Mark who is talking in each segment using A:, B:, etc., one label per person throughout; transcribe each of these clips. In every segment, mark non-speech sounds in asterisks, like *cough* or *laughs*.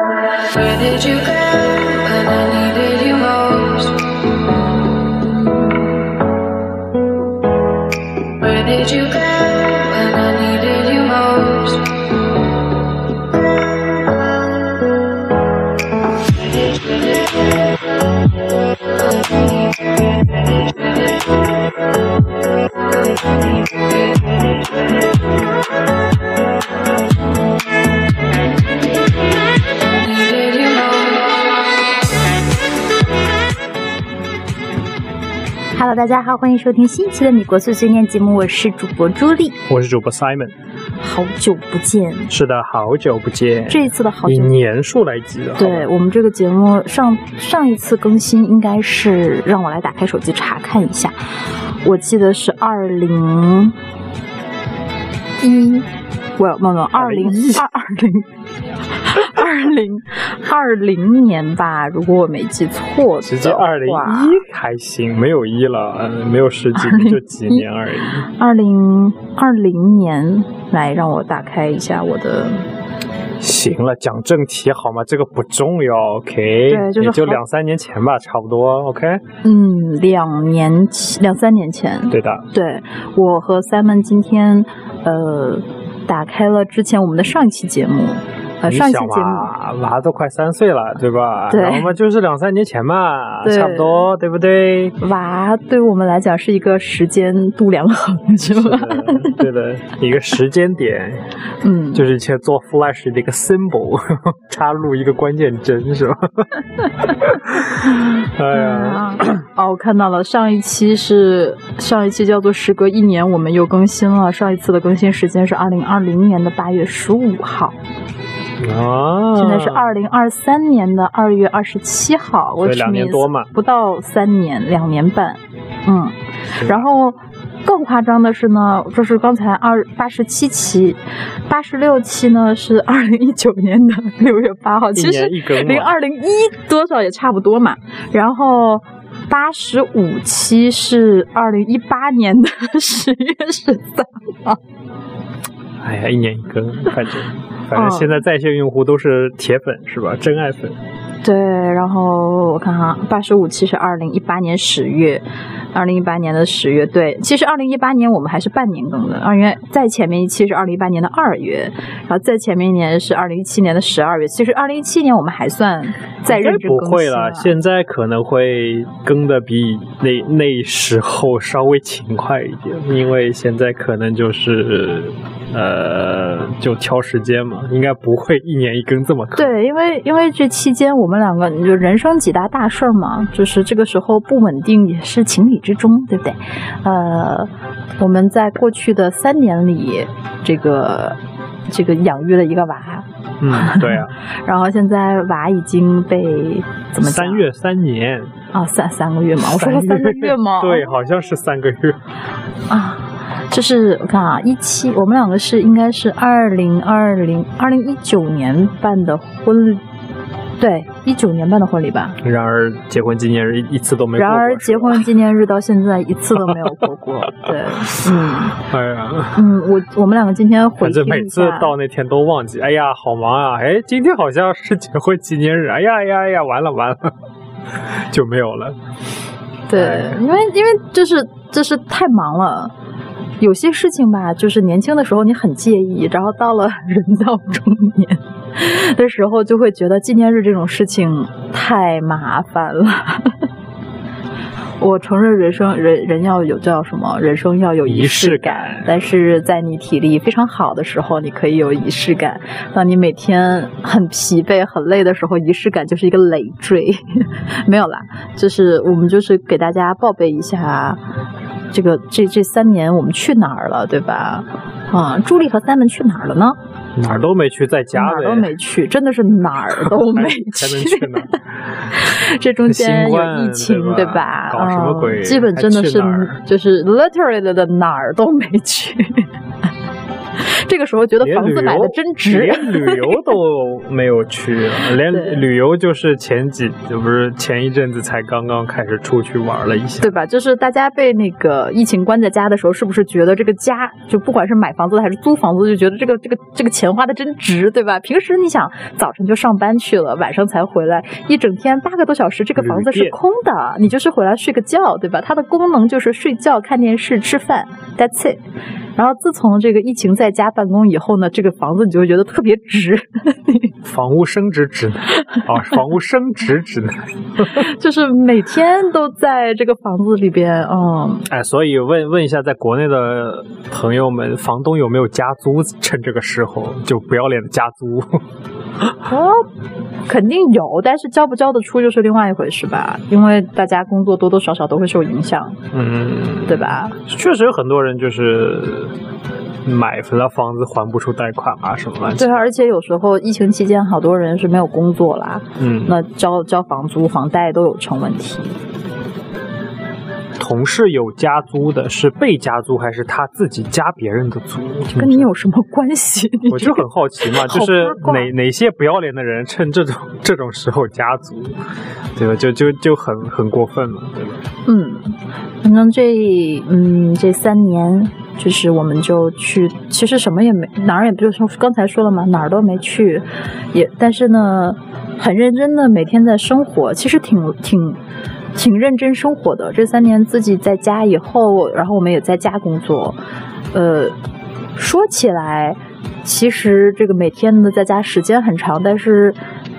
A: Where did you go when I needed you most? Where did you go when I needed you most? Needed you most.
B: Hello，大家好，欢迎收听新一期的米国碎碎念节目，我是主播朱莉，
C: 我是主播 Simon，
B: 好久不见，
C: 是的，好久不见，
B: 这一次的好久
C: 以。年数来计啊的，好吧
B: 对我们这个节目上上一次更新应该是让我来打开手机查看一下，我记得是二零一，我没有没有二零二二零二零二零年吧，如果我没记错
C: 直接
B: 的话
C: 二零一还行，没有一了，呃没有十几年，就几年而已。
B: 二零二零年，来让我打开一下我的，
C: 行了，讲正题好吗？这个不重要，OK？
B: 对就是
C: 也就
B: 好
C: 两三年前吧，差不多，OK？
B: 嗯，两年前两三年前，
C: 对的，
B: 对我和 Simon 今天呃打开了之前我们的上一期节目，呃
C: 你
B: 上一期
C: 想
B: 节目
C: 嘛，娃都快三岁了，对吧？
B: 对
C: 然后嘛，就是两三年前嘛，
B: 对
C: 差不多，对不对？
B: 娃对我们来讲是一个时间度量衡， *laughs* 是
C: 是
B: 吧？
C: 的，对的，一个时间点，
B: 嗯，
C: 就是以前做 Flash 的一个 symbol，插 *laughs* 入一个关键帧是吧？ *laughs* 哎呀，
B: 啊哦，我看到了，上一期是上一期叫做“时隔一年，我们又更新了”。上一次的更新时间是二零二零年的八月十五号，
C: 啊，
B: 现在是二零二三年的二月二十七号，我
C: 对两年多嘛，
B: 不到三年，两年半，嗯，然后。更夸张的是呢，就是刚才二八十七期，八十六期呢是二零一九年的六月八号，
C: 一
B: 其实
C: 年一更啊
B: 零
C: 嘛，
B: 二零一多少也差不多嘛。然后八十五期是二零一八年的十月十三，
C: 哎呀，一年一更，
B: *laughs*
C: 反正反
B: 嗯
C: 正现在在线用户都是铁粉是吧？真爱粉，
B: 对。然后我看哈，八十五期是二零一八年十月。二零一八年的十月，对，其实二零一八年我们还是半年更的，二月再前面一期是二零一八年的二月，然后再前面一年是二零一七年的十二月。其实二零一七年我们还算在认
C: 应该
B: 真
C: 不
B: 更新
C: 会了，现在可能会更的比那那时候稍微勤快一点，因为现在可能就是呃就挑时间嘛，应该不会一年一更这么快。
B: 对，因为因为这期间我们两个就人生几大大事儿嘛，就是这个时候不稳定也是情理之中，对不对？呃，我们在过去的三年里，这个这个养育了一个娃，
C: 嗯，对啊，
B: 然后现在娃已经被怎么讲
C: 三月三年？
B: 啊三三个月嘛，我说了三个月嘛，
C: *laughs* 对，好像是三个月。 *laughs*
B: 啊，就是我看啊，一七我们两个是应该是二零二零二零一九年办的婚礼，对，一九年办的婚礼吧。
C: 然而结婚纪念日一一次都没过
B: 然
C: 过。
B: 而，
C: 是
B: 结
C: 吧，
B: 婚纪念日到现在一次都没有过过。对，嗯
C: 哎呀，
B: 嗯，我我们两个今天回
C: 反
B: 听
C: 正每
B: 一
C: 次
B: 下，
C: 到那天都忘记。哎呀，好忙啊！ *laughs* 哎，今天好像是结婚纪念日。哎呀哎呀哎呀，完了 *laughs* 完了，就没有了。
B: 对，因为因为就是就是太忙了。有些事情吧，就是年轻的时候你很介意，然后到了人到中年的时候，就会觉得纪念日这种事情太麻烦了。 *laughs* 我承认人生人人要有叫什么，人生要有仪
C: 仪式
B: 式
C: 感
B: 感，但是在你体力非常好的时候，你可以有仪式感；当你每天很疲惫、很累的时候，仪式感就是一个累赘。 *laughs* 没有啦，就是我们就是给大家报备一下，这个这这三年我们去哪儿了，对吧？啊，朱莉和 Simon 去哪儿了呢？
C: 哪儿都没去，在家
B: 哪
C: 呗
B: 儿。都没去，真的是哪儿都
C: *laughs*
B: 没
C: 还能去哪儿？
B: *laughs* 这中间
C: 新
B: 有
C: 冠
B: 疫情，
C: 对
B: 吧
C: 吧？搞什么
B: 嗯
C: 鬼
B: 基本真的是
C: 还去哪儿
B: 就是 literally 的哪儿都没去。 *laughs* 这个时候觉得
C: 连
B: 房
C: 旅
B: 子买的
C: 游
B: 真值。啊
C: 连旅游都没有去啊，
B: *laughs* 对
C: 连旅游就是前几，就不是前一阵子才刚刚开始出去玩了一下
B: 对。吧？就是大家被那个疫情关在家的时候，是不是觉得这个家就不管是买房子还是租房子，就觉得这个这个这个钱花的真值，对吧？平时你想早晨就上班去了，晚上才回来，一整天八个多小时，这个房子
C: 旅
B: 是
C: 店
B: 空的，你就是回来睡个觉，对吧？它的功能就是睡觉、看电视、吃饭，That's it。然后自从这个疫情在家办公以后呢，这个房子你就会觉得特别值， *laughs*
C: 房屋升值指 *laughs* 南啊，房屋升值指南。
B: 就是每天都在这个房子里边，嗯，
C: 哎，所以问问一下，在国内的朋友们，房东有没有加租？趁这个时候就不要脸的加租。
B: 哦，肯定有，但是交不交得出就是另外一回事吧，因为大家工作多多少少都会受影响，
C: *laughs* 嗯，
B: 对吧？
C: 确实有很多人就是买了房子还不出贷款啊什么乱七
B: 对啊，而且有时候疫情期间，好多人是没有工作啦，
C: 嗯，
B: 那交交房租、房贷都有成问题。
C: 同事有加租的，是被加租还是他自己加别人的租？
B: 跟你有什么关系？你
C: *laughs* 我
B: 这
C: 就
B: 个
C: 很好奇
B: *laughs*
C: 嘛，
B: 好
C: 就是
B: 八卦
C: 哪哪些不要脸的人趁这种这种时候加租，对吧？就就就很很过分了，对吧？
B: 嗯，反正这嗯这三年，就是我们就去，其实什么也没哪儿也不就是刚才说了嘛，哪儿都没去，也但是呢，很认真的每天在生活，其实挺挺挺认真生活的。这三年自己在家以后，然后我们也在家工作，呃，说起来，其实这个每天的在家时间很长，但是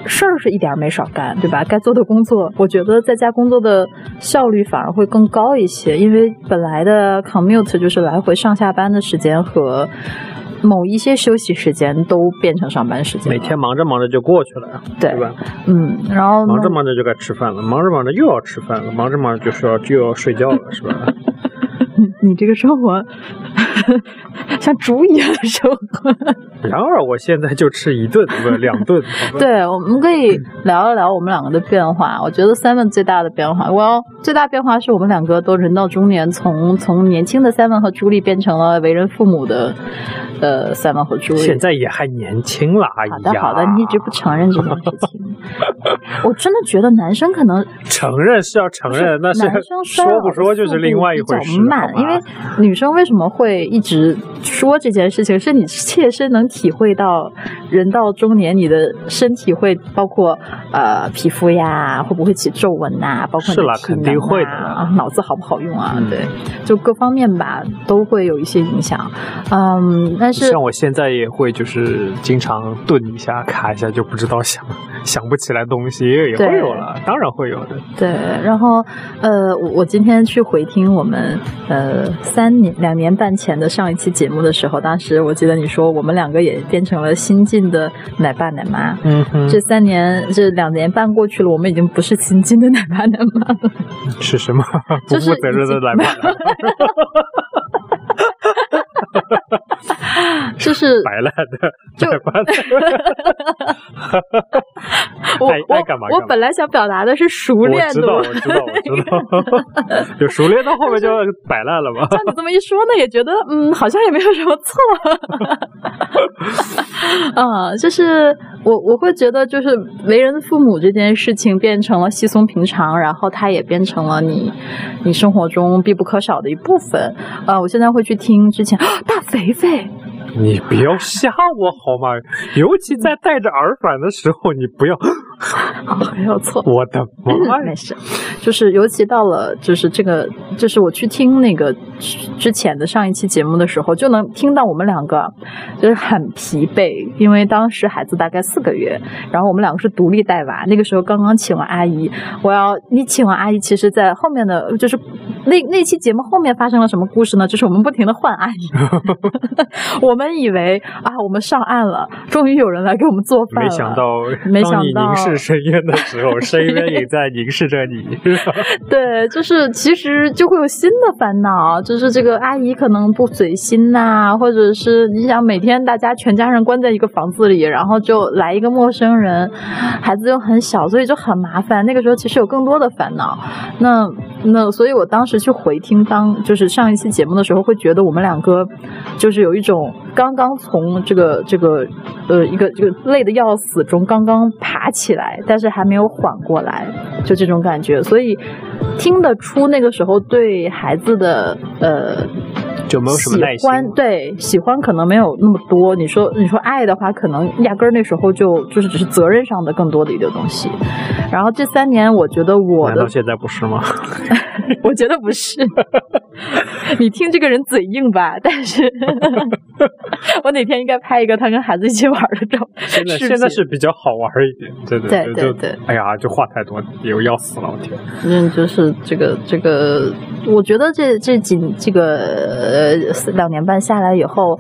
B: 事儿是一点儿没少干，对吧？该做的工作，我觉得在家工作的效率反而会更高一些，因为本来的 commute 就是来回上下班的时间和某一些休息时间都变成上班时间了，
C: 每天忙着忙着就过去了，
B: 对
C: 对吧？
B: 嗯，然后呢
C: 忙着忙着就该吃饭了，忙着忙着又要吃饭了，忙着忙着就说要又要睡觉了，是吧？ *laughs*
B: 你这个生活 *laughs* 像猪一样的生活。
C: 然而我现在就吃一顿，不是两顿，好吧，
B: 对，我们可以聊一聊我们两个的变化。我觉得 Simon 最大的变化，Well，最大变化是我们两个都人到中年，从从年轻的 Simon 和朱莉变成了为人父母的呃 Simon 和朱莉。
C: 现在也还年轻了，阿姨
B: 好
C: 呀
B: 的好的，你一直不承认这件事情，
C: *laughs*
B: 我真的觉得男生可能
C: 承认是要承认，那是
B: 男生衰老
C: 说不说就是另外一回
B: 的速度比
C: 事，啊
B: 较慢
C: 好，吧
B: 因为女生为什么会一直说这件事情，是你切身能体会到，人到中年，你的身体会包括呃皮肤呀，会不会起皱纹呐、包括你的
C: 是啦
B: 体
C: 肯定
B: 能
C: 会的
B: 啊，脑子好不好用啊，
C: 嗯
B: 对，就各方面吧都会有一些影响，嗯，但是
C: 像我现在也会就是经常顿一下卡一下，就不知道想想不起来东西，也
B: 对
C: 会有了，当然会有的。
B: 对，然后呃，我我今天去回听我们呃三年两年半前的上一期节目的时候，当时我记得你说我们两个也变成了新晋的奶爸奶妈。
C: 嗯哼
B: 这三年这两年半过去了，我们已经不是新晋的奶爸奶妈了。
C: 是什么不
B: *laughs* 就是
C: 负责任的来吧，
B: *laughs* 就是
C: 白烂的，
B: *laughs* 就
C: 白烂
B: 我
C: 爱爱
B: 我
C: 干嘛
B: 我
C: 干嘛
B: 本来想表达的是熟
C: 我
B: 练
C: 知
B: 的，
C: 道，我知道，我知
B: *laughs*
C: 道，就熟练到后面就摆烂了嘛。
B: 像你这么一说呢，也觉得嗯，好像也没有什么错。 *laughs* 啊，就是我我会觉得，就是为人父母这件事情变成了稀松平常，然后它也变成了你你生活中必不可少的一部分。呃，我现在会去听之前、 *gasps* 大肥肥，
C: 你不要吓我好吗？尤其在带着耳返的时候，你不要，
B: 啊，没有错。
C: 我的妈呀！
B: *laughs* 没事，就是尤其到了就是这个，就是我去听那个之前的上一期节目的时候，就能听到我们两个就是很疲惫，因为当时孩子大概四个月，然后我们两个是独立带娃，那个时候刚刚请了阿姨。我要你请了阿姨，其实在后面的就是那那期节目后面发生了什么故事呢？就是我们不停的换阿姨，
C: *laughs*
B: *laughs* 我们以为啊我们上岸了，终于有人来给我们做饭了，
C: 没想到，
B: 嗯没想
C: 当你
B: 到
C: 凝视深渊的时候，深渊也在凝视着你。
B: 对，就是其实就会有新的烦恼，就是这个阿姨可能不随心呐、或者是你想每天大家全家人关在一个房子里，然后就来一个陌生人，孩子又很小，所以就很麻烦。那个时候其实有更多的烦恼。那那所以我当时去回听当就是上一期节目的时候，会觉得我们两个就是有一种刚刚从这个这个呃一个这个累的要死中刚刚爬起来，但是还没有缓过来，就这种感觉。所以听得出那个时候对孩子的呃
C: 就没有什么耐
B: *laughs* 喜
C: 心。
B: 欢对喜欢可能没有那么多。你说你说爱的话，可能压根儿那时候就就是只是责任上的更多的一个东西。然后这三年，我觉得我
C: 难道
B: 的，
C: 现在不是吗？
B: *laughs* 我觉得不是。 *laughs* 你听这个人嘴硬吧，但是 *laughs* 我哪天应该拍一个他跟孩子一起玩儿的照
C: 现在
B: 视频
C: 现在是比较好玩一点，对对
B: 对
C: 就
B: 对对
C: 哎呀，就话太多，有要死了，我天！
B: 嗯，就是这个这个，我觉得这这几这个呃四两年半下来以后，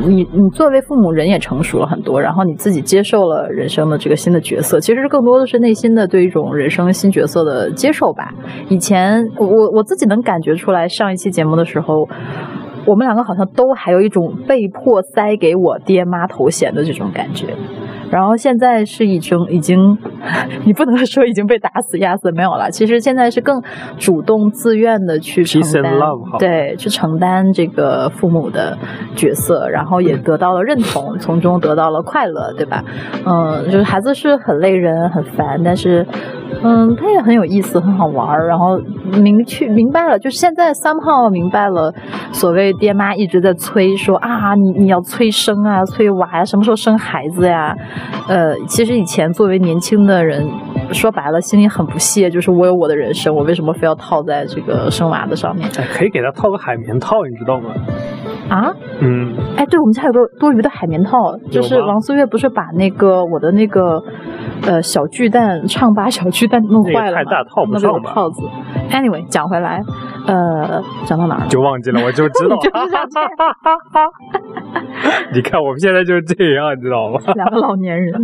B: 你你作为父母人也成熟了很多，然后你自己接受了人生的这个新的角色，其实更多的是内心的对一种人生新角色的接受吧。以前我我我自己能感觉出来，上一期节目的时候。我们两个好像都还有一种被迫塞给我爹妈头衔的这种感觉，然后现在是已经 *laughs* 已经，你不能说已经被打死压死没有了，其实现在是更主动自愿的去承
C: Peace and
B: 担
C: love，好吧
B: 对，去承担这个父母的角色，然后
C: 嗯
B: 也得到了认同，从中得到了快乐，对吧？嗯，就是孩子是很累人、很烦，但是，嗯，他也很有意思、很好玩儿。然后明确明白了，就是现在 somehow 明白了，所谓爹妈一直在催说啊，你你要催生啊，催娃呀，什么时候生孩子呀？呃，其实以前作为年轻的人，说白了心里很不屑，就是我有我的人生，我为什么非要套在这个生娃的上面
C: 哎，可以给他套个海绵套，你知道吗？
B: 啊？
C: 嗯，
B: 哎，对，我们家有个多余的海绵套，就
C: 有
B: 是
C: 吗
B: 王思月不是把那个我的那个呃小巨蛋唱吧小巨蛋弄
C: 那个
B: 坏了
C: 太
B: 嘛
C: 大套不
B: 那个有
C: 上吧
B: 套子。Anyway，讲回来，呃，讲到哪儿了？。
C: 就忘记了，我就知道
B: 就是这样
C: *laughs* 你看我们现在就是这样，你知道吗？
B: 两个老年人，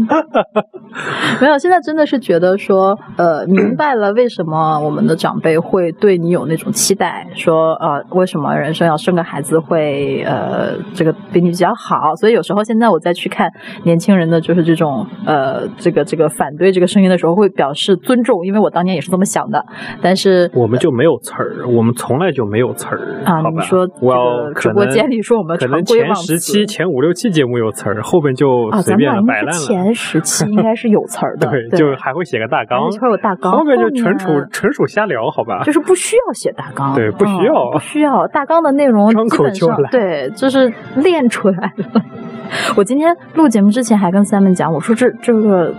B: *laughs* 没有。现在真的是觉得说，呃，明白了为什么我们的长辈会对你有那种期待，说，呃，为什么人生要生个孩子会，呃，这个比你比较好。所以有时候现在我再去看年轻人的就是这种，呃，这个这个反对这个声音的时候，会表示尊重，因为我当年也是这么想的。但是
C: 我们就没有词儿，我们从来就没有词儿，
B: 啊，
C: 好
B: 你
C: 吧？
B: 说这
C: Well，
B: 个
C: 可
B: 直
C: 能
B: 播间里说我们
C: 可
B: 常
C: 能
B: 规
C: 前
B: 忘
C: 十
B: 词
C: 期、前五六期节目有词儿，后边就
B: 啊，咱
C: 随
B: 们
C: 便
B: 俩
C: 了，
B: 应
C: 摆
B: 该
C: 烂
B: 是
C: 了。
B: 前十期应该是有词儿的，
C: *laughs* 对，
B: 对
C: 就还会写个大纲，
B: 前十期会有大纲，
C: 后面就纯
B: 后
C: 属
B: 面
C: 纯属瞎聊，好吧
B: 就？是不需要写大纲，
C: *laughs* 对不需
B: 嗯
C: 要
B: 不需要大纲的内容
C: 张
B: 基
C: 口
B: 本
C: 就
B: 上
C: 来
B: 对，就是练出来了。 *laughs* 我今天录节目之前还跟 Simon 讲，我说这这个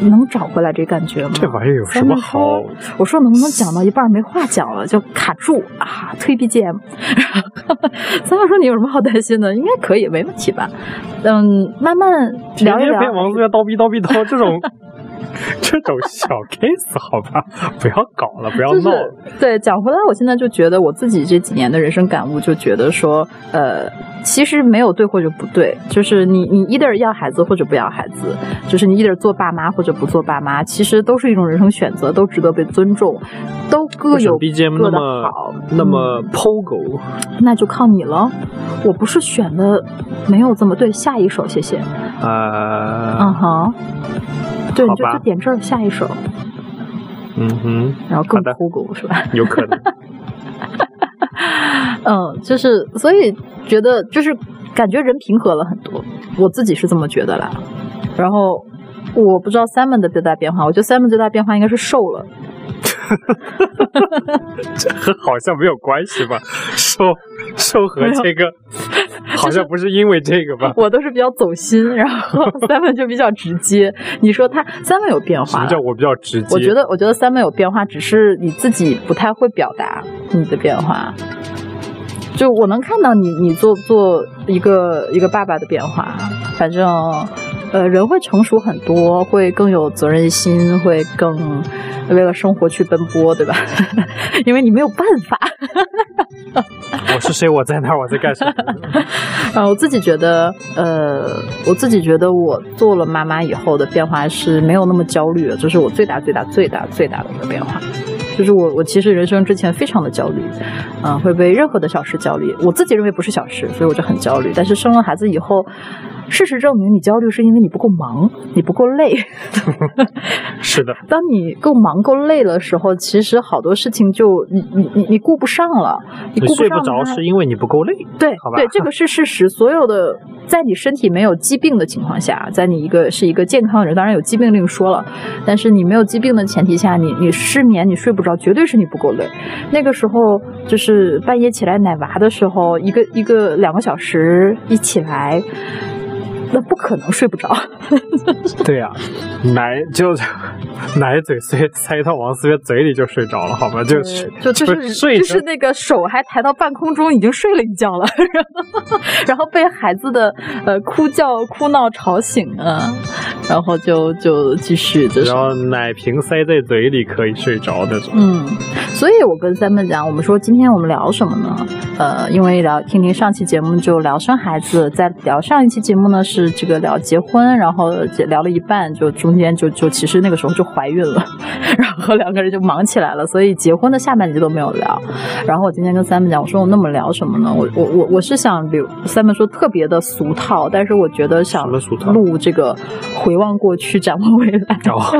B: 能找回来这感觉吗？
C: 这玩意儿有什么好？
B: 我说能不能讲到一半没话讲了，就卡住啊，推 *laughs* BGM。三妹说你有什么好担心的？应该可以，没问题吧？嗯，慢慢聊一
C: 天天陪
B: 聊。
C: 王思源叨逼叨逼叨这种这种小 case 好吧，不要搞了，不要
B: 就
C: 闹
B: 是
C: 了。
B: 对，讲回来，我现在就觉得我自己这几年的人生感悟，就觉得说，呃，其实没有对或者不对，就是你你 either 要孩子或者不要孩子，就是你 either 做爸妈或者不做爸妈，其实都是一种人生选择，都值得被尊重，都各
C: 为什么
B: 有
C: BGM
B: 各
C: 那
B: 的
C: 么
B: 好。嗯
C: 那么 pogo，
B: 那就靠你了。我不是选的没有这么对，下一首谢谢。嗯
C: 呃，
B: 哼，对，你
C: 好
B: 就
C: 吧
B: 就点这儿下一首，
C: 嗯哼，
B: 然后更
C: 好的
B: 枯骨是吧？
C: 有可能。 *laughs*
B: 嗯，就是所以觉得就是感觉人平和了很多，我自己是这么觉得啦。然后我不知道 Simon 的最大变化，我觉得 Simon 最大变化应该是瘦了。
C: 和好像没有关系吧？瘦瘦和这个好像不是因为这个吧？
B: 我都是比较走心，然后 *laughs* Simon 就比较直接。你说他 Simon 有变
C: 什
B: 化
C: 么
B: 了
C: 叫我比较直接？
B: 我觉得，我觉得三妹有变化，只是你自己不太会表达你的变化。就我能看到你，你做做一个一个爸爸的变化，反正，呃，人会成熟很多，会更有责任心，会更为了生活去奔波，对吧？ *laughs* 因为你没有办法，
C: 我是谁？我在哪儿？我在干什么？ *laughs*
B: 呃，我自己觉得，呃，我自己觉得我做了妈妈以后的变化是没有那么焦虑的，这是我最大最大最大最大的一个变化。就是我，我其实人生之前非常的焦虑，嗯、会被任何的小事焦虑。我自己认为不是小事，所以我就很焦虑。但是生了孩子以后，事实证明，你焦虑是因为你不够忙，你不够累。 *laughs*
C: 是的，
B: 当你够忙够累的时候，其实好多事情就你你你你顾不上了，你
C: 你
B: 顾
C: 睡
B: 上
C: 不着
B: 它
C: 是因为你不够累。
B: 对
C: 好吧
B: 对，这个是事实。所有的在你身体没有疾病的情况下，在你一个是一个健康的人，当然有疾病另说了，但是你没有疾病的前提下，你你失眠，你睡不着，绝对是你不够累。那个时候就是半夜起来奶娃的时候，一个一个两个小时一起来。那不可能睡不着，
C: *laughs* 对呀、奶就奶嘴塞塞到王思月嘴里就睡着了，好吗？就
B: 就就
C: 不
B: 是
C: 是睡
B: 就
C: 着
B: 是那个手还抬到半空中，已经睡了一觉了，然后 *laughs* 然后被孩子的呃哭叫哭闹吵醒了，然后就就继续就是
C: 然后奶瓶塞在嘴里可以睡着那种。
B: 嗯，所以我跟三妹讲，我们说今天我们聊什么呢？呃，因为聊听听上期节目就聊生孩子，再聊上一期节目呢是这个聊结婚，然后聊了一半就中间就就其实那个时候就怀孕了， *laughs* 然后两个人就忙起来了，所以结婚的下半集都没有聊。然后我今天跟三妹讲，我说我那么聊什么呢？我我我我是想留三妹说特别的俗套，但是我觉得想
C: 什么俗套
B: 录这个回望过去，展望未来。
C: 然后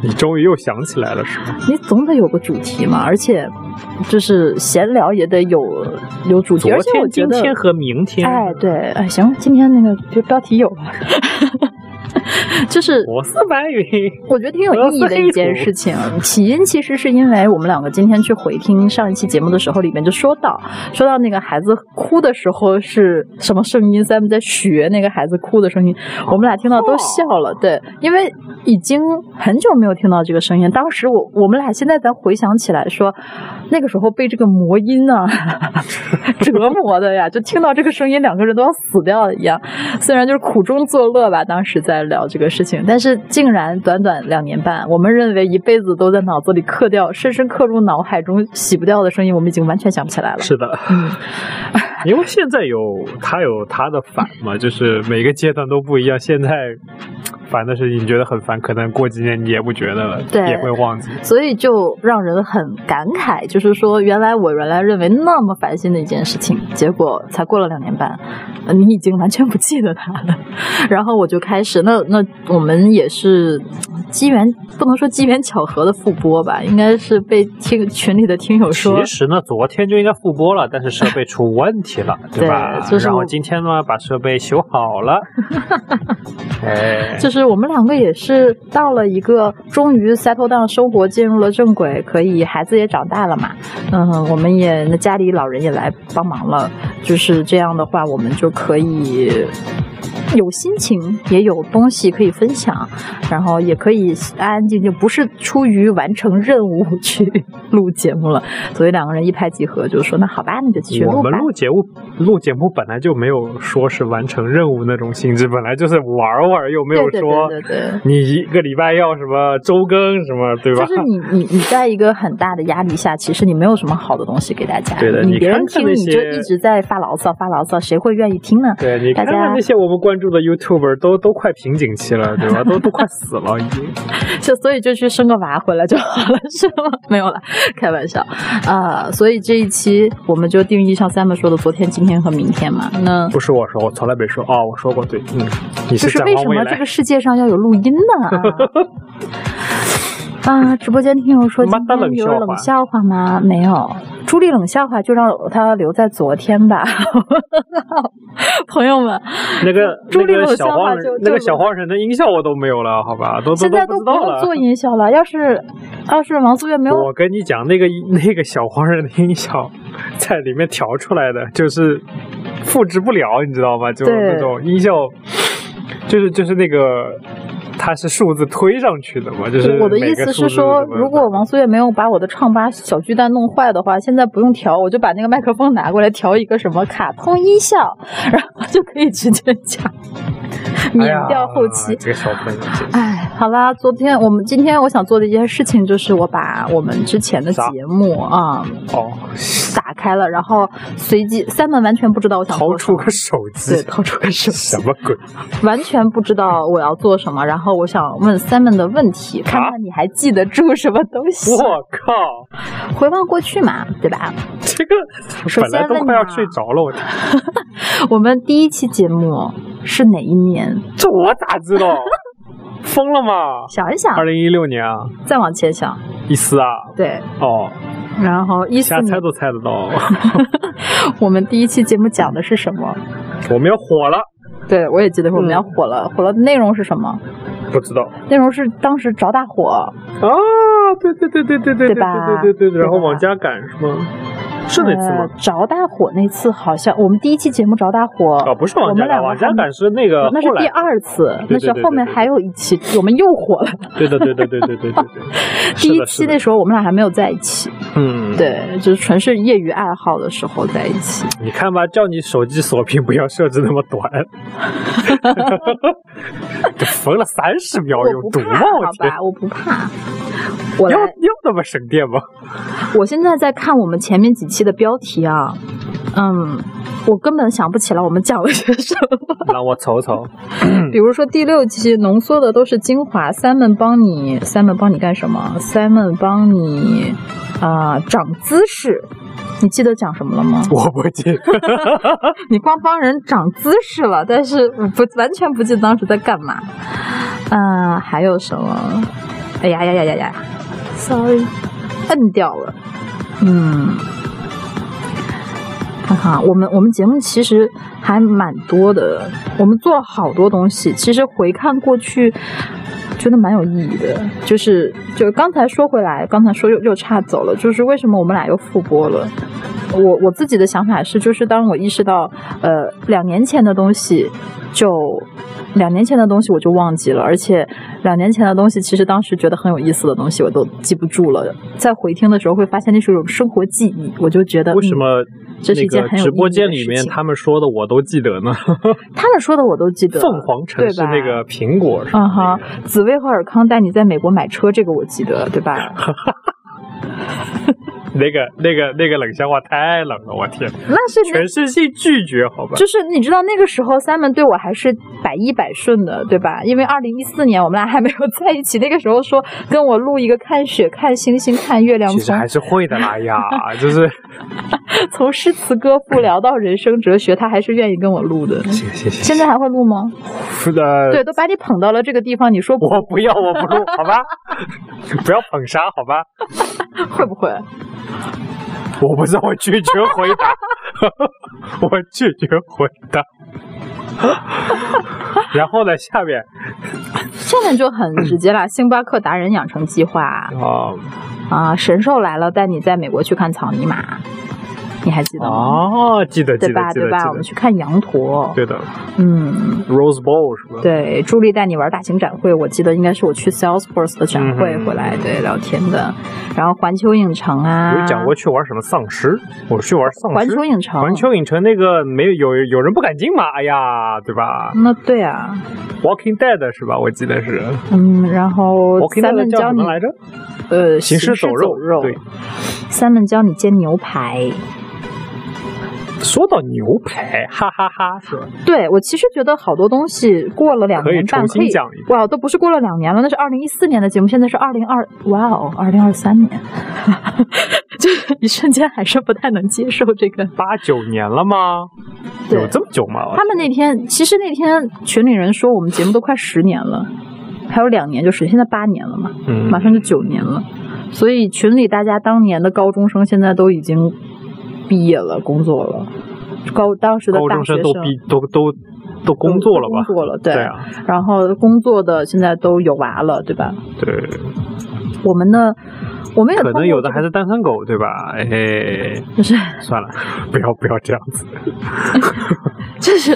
C: 你终于又想起来了，是吗？
B: 你总得有个主题嘛，而且就是闲聊也得有有主题，
C: 昨
B: 而且我
C: 天、
B: 觉
C: 今
B: 得，
C: 天和明天，
B: 哎，对，哎，行，今天那个就标题有了， *laughs* 就是
C: 我是白云。
B: 我觉得挺有意义的一件事情。起因其实是因为我们两个今天去回听上一期节目的时候，里面就说到，说到那个孩子哭的时候是什么声音，Sam 在学那个孩子哭的声音，我们俩听到都笑了。对，因为已经很久没有听到这个声音，当时我我们俩现在咱回想起来说，那个时候被这个魔音啊 *laughs* 折磨的呀，就听到这个声音，两个人都要死掉了一样。 *laughs* 虽然就是苦中作乐吧，当时在聊这个事情，但是竟然短短两年半，我们认为一辈子都在脑子里刻掉、深深刻入脑海中洗不掉的声音，我们已经完全想不起来了。
C: 是的，
B: 嗯，
C: 因为现在有它有它的烦嘛，就是每个阶段都不一样。现在烦的事情你觉得很烦，可能过几年你也不觉得了，
B: 对
C: 也会忘记。
B: *laughs* 所以就让人很感慨，就是说，原来我原来认为那么烦心的一件事情，结果才过了两年半，呃你已经完全不记得它了。 *laughs* 然后我就开始，那那我们也是嗯机缘，不能说机缘巧合的复播吧，应该是被听群里的听友说
C: 其，实呢，昨天就应该复播了，但是设备出问题
B: *laughs*
C: 了，吧？
B: 对就是
C: 然
B: 我
C: 后今天呢，把设备修好
B: *laughs*
C: 了。哎，
B: 就是我们两个也是到了一个终于 settle down 生活进入了正轨，可以孩子也长大了嘛，嗯，我们也那家里老人也来帮忙了，就是这样的话，我们就可以有心情，也有东西可以分享，然后也可以安安静静，不是出于完成任务去录节目了，所以两个人一拍即合，就说那好吧，那就继续
C: 我
B: 录
C: 们
B: 吧。
C: 录节目录节目本来就没有说是完成任务那种性质，本来就是玩玩，又没有
B: 对对
C: 说
B: 对对对
C: 你一个礼拜要什么周更什么，对吧？
B: 就是你你你在一个很大的压力下，其实你没有什么好的东西给大家。
C: 对的
B: 你
C: 你
B: 别人
C: 看看
B: 听
C: 那
B: 你就
C: 些
B: 一直在发牢骚发牢骚，谁会愿意听呢？
C: *laughs*
B: *laughs*
C: 对，你
B: 大
C: 看
B: 家
C: 看那些我们关注的 YouTuber 都都快瓶颈期了，对吧？都都快死了已经。
B: 就所以就去生个娃回来就好了，是吗？没有了，开玩笑啊、所以这一期我们就定义像 Sam 说的，昨天、今天和明天嘛。那
C: 不是我说，我从来没说哦，我说过对，嗯，你
B: 就是是
C: 展
B: 为
C: 望
B: 什
C: 未
B: 么
C: 来
B: 这。个世界上要有录音呢？啊，啊直播间听友说今
C: 妈的
B: 天有
C: 冷笑
B: 冷笑
C: 话
B: 话吗？没有，朱莉冷笑话就让它留在昨天吧， *laughs* 朋友们。 *laughs*
C: 那个
B: 朱
C: 那
B: 莉
C: 个
B: 我
C: 小
B: 笑话
C: 黄
B: 就就
C: 人，那个
B: 是
C: 小黄人的音效我都没有了，好吧，都都
B: 现在
C: 不
B: 都不
C: 知道
B: 用
C: 了
B: 做。音效了。要是要是王素月没有
C: 我跟你讲，那个那个小黄人的音效在里面调出来的，就是复制不了，你知道吗？就
B: 对
C: 那种音效，就是就是那个。它是数字推上去的嘛，就是
B: 我的
C: 每
B: 意
C: 个
B: 思是
C: 数字
B: 说，
C: 怎么
B: 如果王苏月没有把我的唱吧小巨蛋弄坏的话，现在不用调，我就把那个麦克风拿过来调一个什么卡通音效，然后就可以直接讲。免掉后期。
C: 哎呀这个小朋友真是，
B: *laughs* 哎，好啦，昨天我们今天我想做的一件事情就是我把我们之前的
C: 啥
B: 节目啊、
C: 哦，
B: 打开了，然后随机 Simon 完全不知道我想
C: 掏
B: 做
C: *laughs* 出个手机
B: 对，掏出个手机
C: 什，么鬼？
B: 完全不知道我要做什么。然后我想问 Simon 的问题，看看你还记得住什么东西？
C: 我靠，
B: 回望过去嘛，对吧？
C: 这个
B: 首
C: 本来
B: 先
C: 都
B: 问
C: 快要
B: 你啊
C: 睡着了，我
B: 我们第一期节目是哪一年？
C: 这我咋知道？疯了吗？
B: 想一想
C: 二，零一六年啊，
B: 再往前想，
C: 一四啊，
B: 对。
C: 哦，
B: 然后一四
C: 瞎猜
B: 年，
C: 都猜得到，
B: 我们第一期节目讲的是什么？
C: 我们要火了，
B: 对，我也记得是我们
C: 嗯
B: 要火了，火了的内容是什么？
C: 不知道。
B: 内容是当时着大火，
C: 啊，对对对对对对
B: 对
C: 对
B: 吧
C: 对对对，然后
B: 对吧
C: 往家赶是吗？是那次吗
B: 呃？着大火那次好像我们第一期节目着大火，
C: 啊，不是
B: 我
C: 往
B: 们
C: 家
B: 两
C: 赶，
B: 个
C: 往家
B: 还没
C: 赶是那个
B: 那是
C: 呃后
B: 第
C: 来，
B: 二次，
C: 对对
B: 那是后面还有一期，我们又火了。
C: 对的对对对对对对对，
B: 第
C: 是
B: 一
C: 的
B: 期
C: 是
B: 那
C: 的，
B: 时候我们俩还没有在一起，
C: 嗯，。
B: 对，就是纯是业余爱好的时候在一起。
C: 你看吧，叫你手机锁屏不要设置那么短，这缝了三十秒哦有
B: 我不
C: 毒
B: 怕，
C: 吗？
B: 好
C: 我天，
B: 吧，我不怕。我来
C: 要要那么省电吗？
B: 我现在在看我们前面几期的标题啊，嗯，我根本想不起来我们讲了些什么。
C: 让我瞅瞅，
B: 比如说第六期浓缩的都是精华，Simon 帮你，Simon 帮你干什么？Simon 帮你啊、长姿势。你记得讲什么了吗？
C: 我不记得，
B: 你光帮人长姿势了，但是我不完全不记得当时在干嘛。嗯、还有什么？哎呀呀呀呀呀！Sorry，摁掉了。嗯，看看啊我们我们节目其实还蛮多的，我们做了好多东西。其实回看过去，觉得蛮有意义的。就是就是刚才说回来，刚才说又又岔走了，就是为什么我们俩又复播了？我我自己的想法是，就是当我意识到，呃，两年前的东西就。两年前的东西我就忘记了，而且两年前的东西，其实当时觉得很有意思的东西我都记不住了。在回听的时候会发现那是一种生活记忆，我就觉得
C: *laughs*
B: 嗯
C: 为什么
B: 这是
C: 那
B: 一件
C: 个
B: 很有
C: 直播
B: 意义的
C: 间里
B: 事
C: 面
B: 情
C: 他们说的我都记得呢？
B: 他们说的我都记得。
C: 凤凰城是那个苹果是吧？
B: 嗯哼，紫薇和尔康带你在美国买车，这个我记得，对
C: *laughs*
B: 吧？
C: 那个那个那个冷笑话太冷了，我天，
B: 那是那
C: 全身性拒绝，好吧？
B: 就是你知道那个时候，Simon 对我还是百依百顺的，对吧？因为二零一四年我们俩还没有在一起，那个时候说跟我录一个看雪、看星星、看月亮，
C: 其实
B: 从
C: 还是会的啦呀，
B: *laughs*
C: 就是
B: 从诗词歌赋聊到人生哲学，他还是愿意跟我录
C: *laughs*
B: 的。
C: 行行行，
B: 现在还会录吗？
C: 是的，
B: 对，都把你捧到了这个地方，你说不
C: 呃我不要，我不录，好吧？ *laughs* 不要捧杀，好吧？
B: 会不会？
C: 我不知道，我拒绝回答， *laughs* 我拒绝回答。 *laughs* 然后呢，下面
B: 下面就很直接啦，星巴克达人养成计划。
C: 啊
B: 啊，神兽来了，带你在美国去看草泥马，你还记得吗？
C: 哦，记得记
B: 对
C: 得
B: 吧？
C: 记
B: 对
C: 得记
B: 吧？我们
C: 得，
B: 去看羊驼。
C: 对的
B: 嗯，
C: ，Rose Bowl 是吧？
B: 对，朱莉带你玩大型展会，我记得应该是我去 Salesforce 的展会
C: 嗯哼
B: 回来，对，聊天的。然后环球影城啊，
C: 有讲过去玩什么丧尸，我去玩丧尸。
B: 环球影城，
C: 环球影城那个没有有有人不敢进嘛？哎呀，对吧
B: 那对啊，
C: ？Walking Dead 是吧？我记得是
B: 嗯，然后
C: Walking
B: 三
C: Dead
B: 门
C: 叫
B: 教
C: 什
B: 你
C: 么来着？
B: 呃
C: 行尸
B: 走
C: 走肉对
B: 三门教你煎牛排。
C: 说到牛排，哈哈哈是吧？
B: 对我其实觉得好多东西过了两
C: 可以
B: 年半
C: 重新讲一遍
B: 哇，都不是过了两年了，那是二零一四年的节目，现在是二零二，哇哦，二零二三年， *laughs* 就是一瞬间还是不太能接受这个。
C: 八九年了吗？
B: 对
C: 有这么久吗？
B: 他们那天其实那天群里人说我们节目都快十年了，还有两年就是现在八年了嘛，
C: 嗯
B: 马上就九年了，所以群里大家当年的高中生现在都已经毕业了，工作了。高当时的
C: 高
B: 大
C: 中
B: 学
C: 生都毕都都都工作了吧？
B: 工作了，
C: 对啊，
B: 然后工作的现在都有娃了，对吧？
C: 对，
B: 我们呢，我们也
C: 可
B: 通过
C: 能有的
B: 这
C: 还是单身狗，对吧？哎，
B: 个 *laughs* 就是
C: *laughs* 算了，不要不要这样子。
B: 就是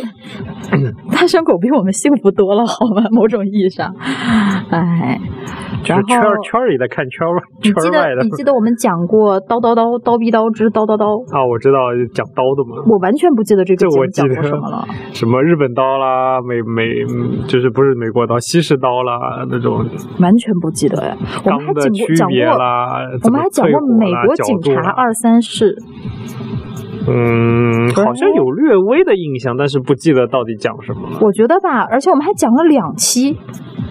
B: *coughs* 单身狗比我们幸福多了，好吗？某种意义上，哎，
C: 就
B: 然
C: 是
B: 后
C: 圈儿圈儿里的看圈儿
B: 你
C: 圈
B: 记
C: 儿外
B: 得
C: 的
B: 你记得我们讲过刀刀刀刀逼刀之刀刀刀，
C: 啊，我知道讲刀的嘛，
B: 我完全不记得这
C: 这
B: 个节目
C: 我记
B: 讲
C: 得
B: 过什么了。
C: 什么日本刀啦，美美嗯就是不是美国刀，西式刀啦那种
B: 完全不记得
C: *laughs*
B: 哎，我们还
C: 钢的
B: 讲
C: 区
B: 过讲
C: 别
B: 过，
C: 啦，
B: 我
C: 怎
B: 们
C: 么
B: 还讲过
C: 淬火
B: 美
C: 啦
B: 国
C: 角
B: 警
C: 度
B: 察
C: 啦
B: 二三事，
C: 嗯，
B: 对
C: 好像有略微的印象，但是不记得到底讲什么了。
B: 我觉得吧，而且我们还讲了两期，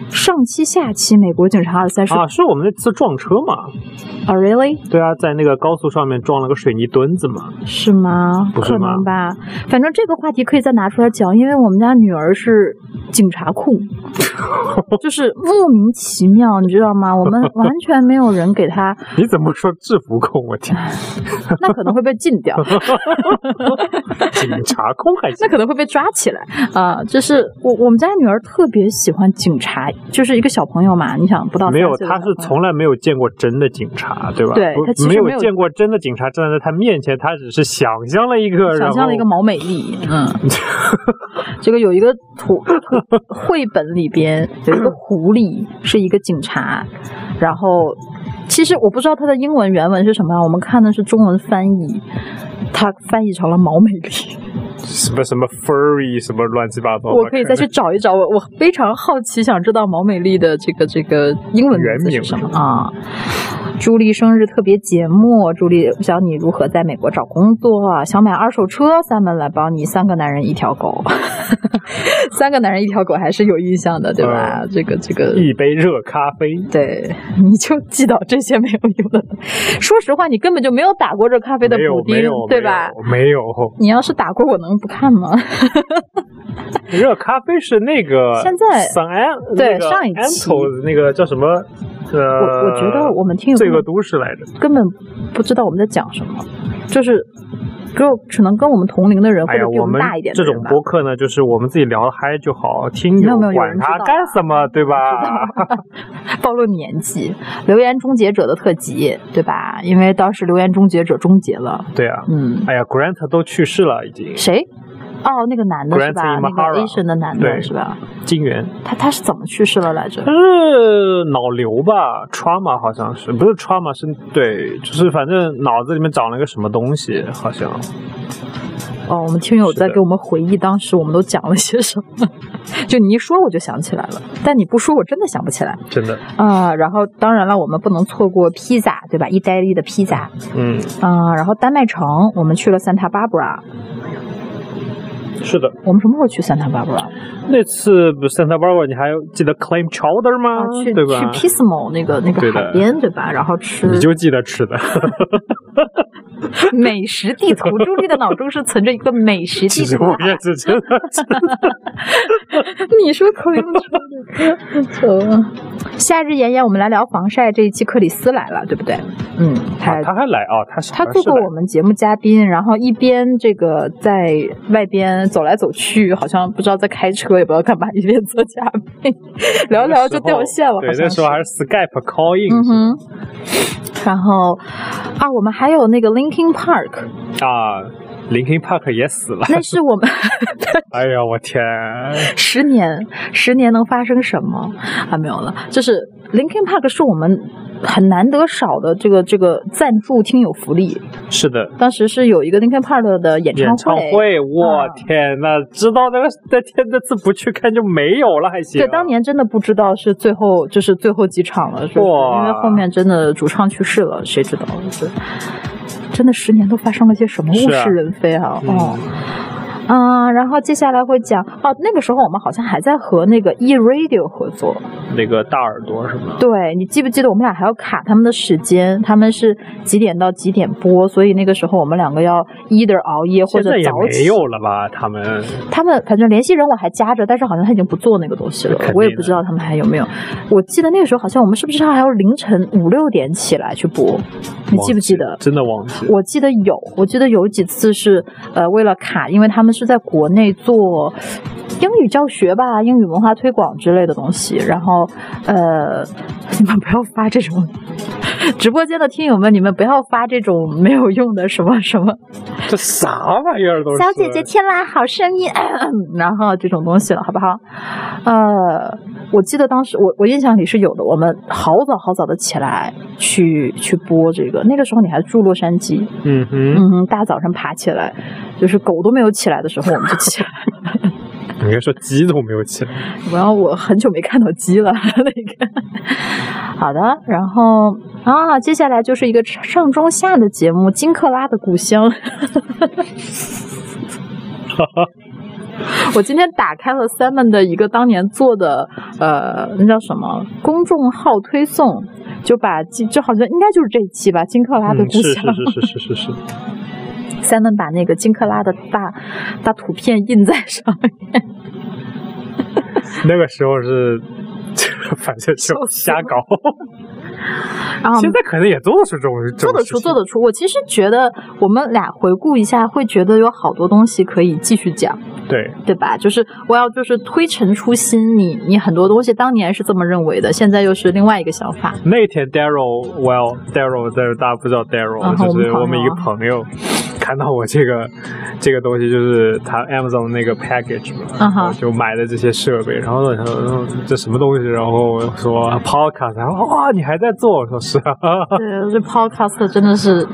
B: 上期下期美国警察二三事
C: 啊，是我们那次撞车嘛？
B: 啊，really
C: 对啊，在那个高速上面撞了个水泥墩子嘛。
B: 是吗？
C: 不是
B: 可
C: 吗
B: 能吧，反正这个话题可以再拿出来讲，因为我们家女儿是警察
C: *laughs*
B: 控，就是莫名其妙，你知道吗？我
C: *laughs*
B: 们完全没有人给她，
C: 你怎么说制服控？我天，
B: 那可能会被禁
C: *laughs*
B: 掉。
C: 警察控还
B: 那
C: 行。
B: 可能会被抓起来啊、就是我我们家女儿特别喜欢警察，就是一个小朋友嘛，你想不到
C: 没有，
B: 三岁的
C: 他是
B: 小朋友
C: 从来没有见过真的警察，对吧？
B: 对
C: 不
B: 他其实
C: 没有
B: 没有
C: 见过真的警察站在他面前，他只是想象了一个，
B: 想象了一个
C: 然后
B: 毛美
C: *laughs*
B: 丽，嗯，这个有一个图 *laughs* 绘本里边有一个狐狸是一个警察，然后其实我不知道它的英文原文是什么样，我们看的是中文翻译，它翻译成了毛美丽。
C: 什么什么 furry 什么乱七八糟的。
B: 我可以再去找一找，我我非常好奇，想知道毛美丽的这个这个英文名字是什么啊？朱莉生日特别节目，朱莉教你如何在美国找工作，想买二手车，三门来帮你，三个男人一条狗， *laughs* 三个男人一条狗还是有印象的，对吧？这个这个。
C: 嗯一杯热咖啡。
B: 对，你就记到这些没有用的。说实话，你根本就没有打过这咖啡的
C: 没有
B: 补丁
C: 没有，，
B: 对吧？
C: 没有？
B: 你要是打过，我能不看吗？
C: 没有，热咖啡是那个
B: 现在
C: 上安
B: 对
C: 那个
B: 上一期
C: Antos 那个叫什么？呃，
B: 我我觉得我们听友
C: 罪恶都市来着。
B: 根本不知道我们在讲什么，就是只有只能跟我们同龄的人或
C: 哎
B: 者
C: 呀，
B: 比
C: 我
B: 们
C: 们
B: 大一点的
C: 这
B: 人
C: 种
B: 吧。
C: 播客呢，就是我们自己聊得嗨就好，听
B: 没有没有有
C: 管
B: 人知
C: 他
B: 道
C: 干什么，对吧？
B: 暴露年纪，留言终结者的特辑，对吧？因为当时留言终结者终结了，
C: 对啊。
B: 嗯，
C: 哎呀，Grant 都去世了，已经。
B: 谁？哦，那个男的是
C: Grant
B: 吧？那个
C: Imahara
B: Asian 的男的
C: 对
B: 是吧？
C: 金元，
B: 他他是怎么去世了来
C: *laughs*
B: 着
C: 他？是脑瘤吧？trauma 好像是，不是 trauma 是对，就是反正脑子里面长了个什么东西，好像。
B: 哦，我们听友
C: 是的
B: 在给我们回忆当时我们都讲了些什么， *laughs* 就你一说我就想起来了，但你不说我真的想不起来
C: 真的，
B: 啊、然后当然了，我们不能错过披萨，对吧？意大利的披萨，
C: 嗯，
B: 啊、然后丹麦城我们去了 Santa Barbara，
C: 是的。
B: 我们什么时候去 Santa Barbara？
C: 啊那次不是 Santa Barbara，你还记得 Claim Chowder 吗？
B: 啊去
C: 对吧？
B: 去 Pismo 那个那
C: 对
B: 个
C: 的
B: 海边对吧？
C: *laughs*
B: 然后吃
C: 你就记得吃的，
B: 美食地图，朱莉的脑中是存着一个美食地
C: *laughs* 其实
B: 图
C: 我
B: 的。
C: 也是真的。
B: 你说口音 *laughs* 吃夏日炎炎，我们来聊防晒这一期，克里斯来了，对不对？嗯， *laughs* 他
C: 啊他还来啊，他是
B: 他做过我们节目嘉宾，然后一边这个在外边走来走去，好像不知道在开车，也不知道干嘛， *laughs* 一边做嘉宾，聊聊就掉线了。
C: 对
B: 好，像
C: 那时候还是 Skype call
B: 嗯
C: in
B: 哼。然后啊，我们还有那个 Linkin
C: *laughs*
B: Park，
C: 啊，Linkin Park 也死
B: *laughs*
C: 了。
B: 那是我们
C: 哎呀，我天！
B: 十年，十年能发生什么啊？没有了，就是 Linkin Park 是我们很难得少的这个这个赞助听友福利。
C: 是的，
B: 当时是有一个 Linkin Park 的演唱
C: 演唱会，我
B: 啊
C: 天呐，知道那个那天那次不去看就没有了，还行。
B: 对，当哦年真的不知道是最后就是最后几场了，就是
C: 哇
B: 因为后面真的主唱去世了，谁知道？是真的十年都发生了些什么物
C: 是啊
B: 是人非啊！
C: 嗯
B: 哦，嗯，然后接下来会讲哦，那个时候我们好像还在和那个 E Radio 合作，
C: 那个大耳朵是吗？
B: 对你记不记得我们俩还要卡他们的时间？他们是几点到几点播？所以那个时候我们两个要 either 熬夜或
C: 现
B: 者
C: 在也
B: 早
C: 没
B: 起。
C: 有了吧？他们
B: 他们反正联系人我还加着，但是好像他已经不做那个东西了
C: 肯定，的
B: 我也不知道他们还有没有。我记得那个时候好像我们是不是还要凌晨五六点起来去播？你记不记
C: 忘
B: 得？
C: 真的忘记了。
B: 我记得有，我记得有几次是呃为了卡，因为他们是在国内做英语教学吧、英语文 *laughs* 化推广之类的东西，然后呃，你们不要发这种 *laughs* 直播间的听友们，你们不要发这种没有用的什么什么
C: 这啥玩意儿都是。
B: 小姐姐，天籁好声音， *laughs* 然后这种东西了，好不好？呃，我记得当时我我印象里是有的，我们好早好早的起来去去播这个，那个时候你还住洛杉矶，
C: 嗯哼，
B: 嗯哼，大早上爬起来，就是狗都没有起来的时候我们就起来。 *laughs*
C: 你
B: 嗯
C: 应该说鸡都没有起来。
B: 然后我很久没看到鸡了， *laughs* 那个。好的，然后啊，接下来就是一个上中下的节目《金克拉的故乡》。 *laughs* 我今天打开了 Simon 的一个当年做的，呃，那叫什么公众号推送，就把金，就好像应该就是这一期吧，《金克拉的
C: 嗯，
B: 故乡
C: 是》是是是是是是。
B: Simon 把那个金克拉的大大图片印在上面。
C: 那个时候是， *laughs* 反正
B: 笑死我
C: 就瞎搞。 *laughs*
B: 然后我们
C: 现在可能也做得出这种啊这
B: 做
C: 种
B: 得
C: 事
B: 出，
C: 情
B: 做得出。我其实觉得我们俩回顾一下，会觉得有好多东西可以继续讲，
C: 对，
B: 对吧？就是我要就是推陈出新，你你很多东西当年是这么认为的，现在又是另外一个想法。
C: 那天 Daryl，well Daryl，在大家不知道 Daryl，、
B: 嗯
C: 就
B: 我们朋
C: 是
B: 友啊
C: 我们一个朋友，看到我这个这个东西，就是他 Amazon 那个 package 嘛，
B: 嗯哼
C: 然后就买的这些设备，然后呢，他说嗯这什么东西，然后我说 podcast，然后哇，你还在做？我说是啊，啊
B: 对，这 podcast 真的是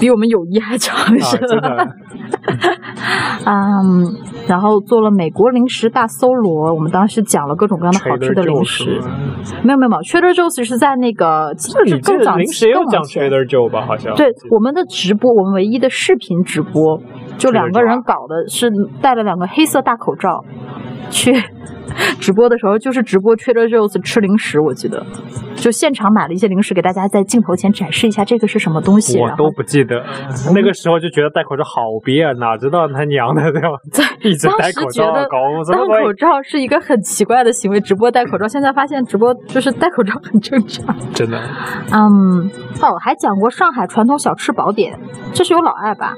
B: 比我们友谊还长，
C: *laughs*
B: 是
C: 啊
B: 啊
C: 真
B: 吧？
C: 的，
B: 嗯，然后做了美国零食大搜罗，我们当时讲了各种各样的好吃
C: Trader
B: 的零
C: Joe's
B: 食。
C: 嘛
B: 没有没有没有，Trader Joe's 是在那个
C: 这你这
B: 更早
C: 个零食也有讲
B: 更早前
C: Trader Joe 吧？好像
B: 对我们的直播，我们唯一的视频直播，就两个人搞的是戴了两个黑色大口罩去直播的时候，就是直播 Trader Joe's 吃零食，我记得就现场买了一些零食给大家在镜头前展示一下这个是什么东西，啊
C: 我
B: 然后
C: 都不记
B: *laughs*
C: 得，那个时候就觉得戴口罩好憋，啊，哪知道他娘的对吧？一直戴口罩
B: 当时觉得
C: 搞什
B: 戴
C: 么鬼
B: 口？罩是一个很奇怪的行为，直播戴口罩，现在发现直播就是戴口罩很正常。
C: 真的，
B: 嗯，哦，还讲过上海传统小吃宝典，这是有老爱吧？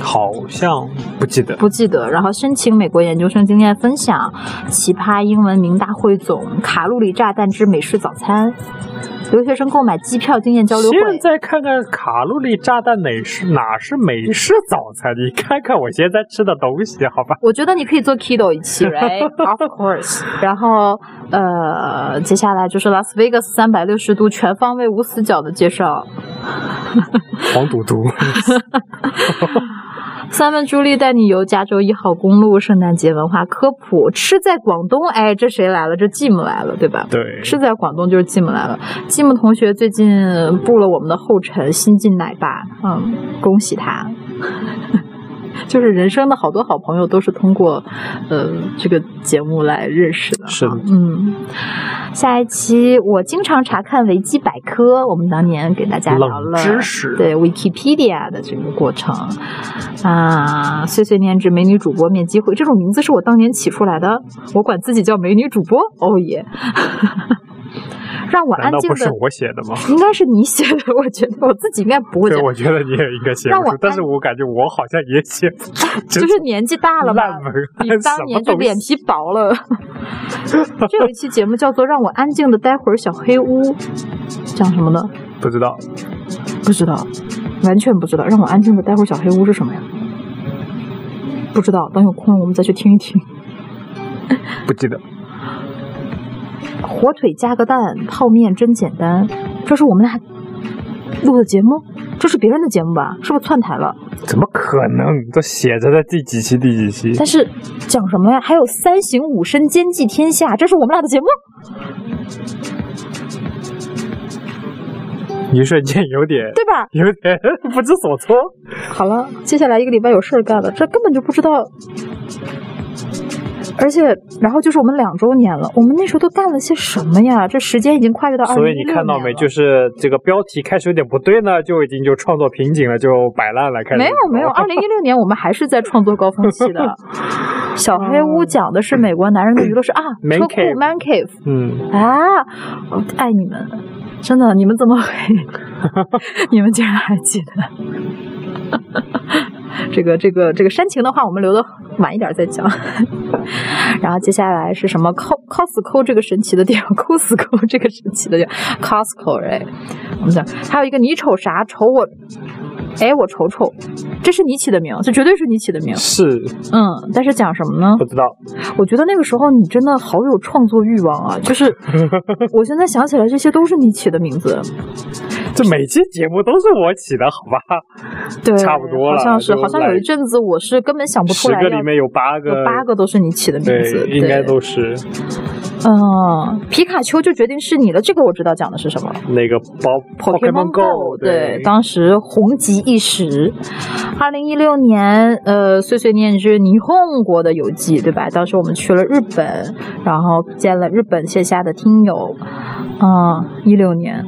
C: 好像不记得。
B: 不记得。然后申请美国研究生经验分享，奇葩英文名大汇总，卡路里炸弹之美式早餐，留学生购买机票经验交流
C: 现
B: 会。
C: 在看看卡路里炸弹哪是哪是美式早餐？你看看我现在吃的东西，好吧？
B: 我觉得你可以做 keto 一期，right？Of course。然后，呃，接下来就是拉斯维加斯三百六十度全方位无死角的介绍。
C: 黄赌毒，
B: 三问朱莉带你游加州一号公路，圣诞节文化科普，吃在广东。哎，这谁来了？这继母来了，对吧？
C: *laughs* 对，
B: 是在广东，就是继母来了。继母同学最近步了我们的后尘，新晋奶爸，嗯，恭喜他。 *laughs* 就是人生的好多好朋友都是通过，呃，这个节目来认识的。
C: 是的
B: 嗯，下一期我经常查看维基百科，我们当年给大家聊
C: 冷
B: 了
C: 知识。
B: 对 Wikipedia 的这个过程啊，碎碎念之美女主播面基会，这种名字是我当年起出来的，我管自己叫美女主播，哦耶！ *laughs* 让我
C: 难
B: 安
C: 道
B: 静
C: 不是
B: 的，
C: 我写的吗？
B: 应该是你写的，我觉得我自己应该不会
C: 对，
B: 这样，
C: 我觉得你也应该写
B: 让
C: 不
B: 我
C: 出，但是我感觉我好像也写不 *laughs* 出，
B: 就
C: 真
B: 是年纪大了吧，
C: 烂文
B: *laughs* 比
C: 案，
B: 当
C: 什么
B: 年就
C: 东西
B: 脸？皮薄了。这有一期节目叫做《让我安静的待会儿小黑屋》，讲什么呢？
C: 不知道，
B: 不知道，完全不知道。让我安静的待会儿，小黑屋是什么呀？不知道，等有空我们再去听一听。
C: 不记得。
B: 火腿加个蛋，泡面真简单。这是我们俩录的节目，这是别人的节目吧？是不是窜台了？
C: 怎么可能？这写着的第几期？第几期？
B: 但是讲什么呀？还有三行五身兼济天下，这是我们俩的节目。
C: 一瞬间有点
B: 对吧？
C: 有点 *laughs* 不知所措。
B: 好了，接下来一个礼拜有事儿干了，这根本就不知道。而且，然后就是我们两周年了，我们那时候都干了些什么呀？这时间已经跨越到二零一
C: *laughs* 所
B: 六
C: 以
B: 年
C: 你看到没？
B: 了
C: 就是这个标题开始有点不对呢，就已经就创作瓶颈了，就摆烂了，开始
B: 没有没有，二啊零一六年我们还是在创作高峰期的。小黑屋讲的是美国男人的娱乐是
C: *laughs*
B: 啊，
C: Man
B: 车库
C: cave
B: Man Cave
C: 嗯，
B: 啊，我爱你们，真的，你们怎么会？你们竟然还记得？这个这个这个煽情的话，我们留的晚一点再讲。然后接下来是什么？Co Costco 这个神奇的地方，Costco 这个神奇的地方，Costco 哎，我们讲，还有一个你瞅啥瞅我，哎我瞅瞅，这是你起的名，这绝对是你起的名。
C: 是
B: 嗯，但是讲什么呢？
C: 不知道，
B: 我觉得那个时候你真的好有创作欲望
C: *laughs*
B: 啊！就是我现在想起来，这些都是你起的名字，
C: 这每期节目都是我起的，好吧？
B: 对，
C: 差不多了
B: 好像是，
C: 就
B: 好像有一阵子我是根本想不出
C: 十
B: 来
C: 个
B: 要，
C: 里面有八个，
B: 有八个都是你起的名字，
C: 对，应该
B: 对
C: 都是
B: 嗯，皮卡丘就决定是你了，这个我知道讲的是什么了。
C: 那个包 Pokemon Go，
B: 对，当时红极一时。二零一六年，呃，碎碎念是霓虹国的游记，对吧？当时我们去了日本，然后见了日本线下的听友。嗯，一六年，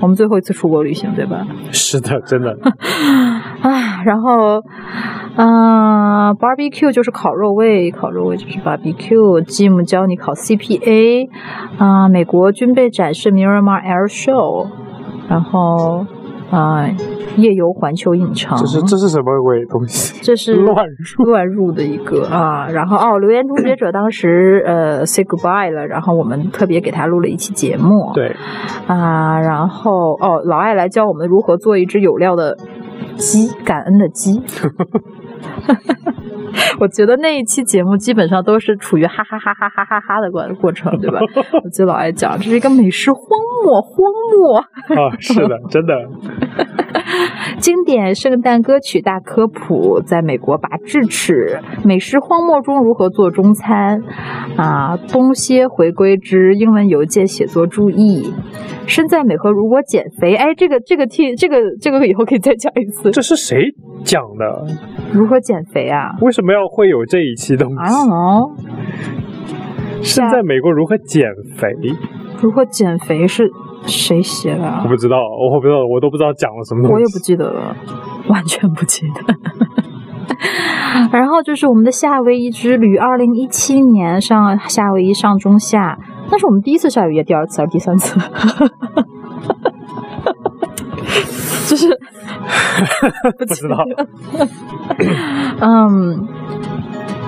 B: 我们最后一次出国旅行，对吧？
C: 是的，真的，
B: 嗯啊，然后，嗯、b a r b e cue 就是烤肉味，烤肉味就是 barbecue。Jim 教你考 CPA，啊、美国军备展示 Miramar Air Show，然后，啊、夜游环球影城，
C: 这是这是什么鬼东西？
B: 这是
C: 乱入，
B: 乱入的一个啊，然后哦，留言终结者当时呃 say goodbye 了，然后我们特别给他录了一期节目，
C: 对，
B: 啊，然后哦，老爱来教我们如何做一只有料的鸡，感恩的鸡。我觉得那一期节目基本上都是处于哈哈哈哈哈哈哈的过过程，对吧？我记得老爱讲这是一个美食荒漠，荒漠
C: 啊，是
B: *laughs*
C: 的，真的，
B: 经典圣诞歌曲大科普，在美国拔智齿，美食荒漠中如何做中餐，啊，东歇回归之英文邮件写作注意，身在美国如果减肥，哎，这个这个 T 这个这个以后可以再讲一次，
C: 这是谁讲的？
B: 如何减肥啊
C: 为什么要会有这一期东
B: ？I
C: 西？
B: don't 啊 know，
C: 是在美国如何减肥？
B: 如何减肥是谁写的啊
C: 我？不知道，我不知道，我都不知道讲了什么东西。
B: 我也不记得了， *laughs* 完全不记得。 *laughs* 然后就是我们的夏威夷之旅，二零一七年上夏威夷上中下，那是我们第一次夏威夷，第二次还是第三次？ *laughs* 就是
C: *laughs* 不知道，
B: 嗯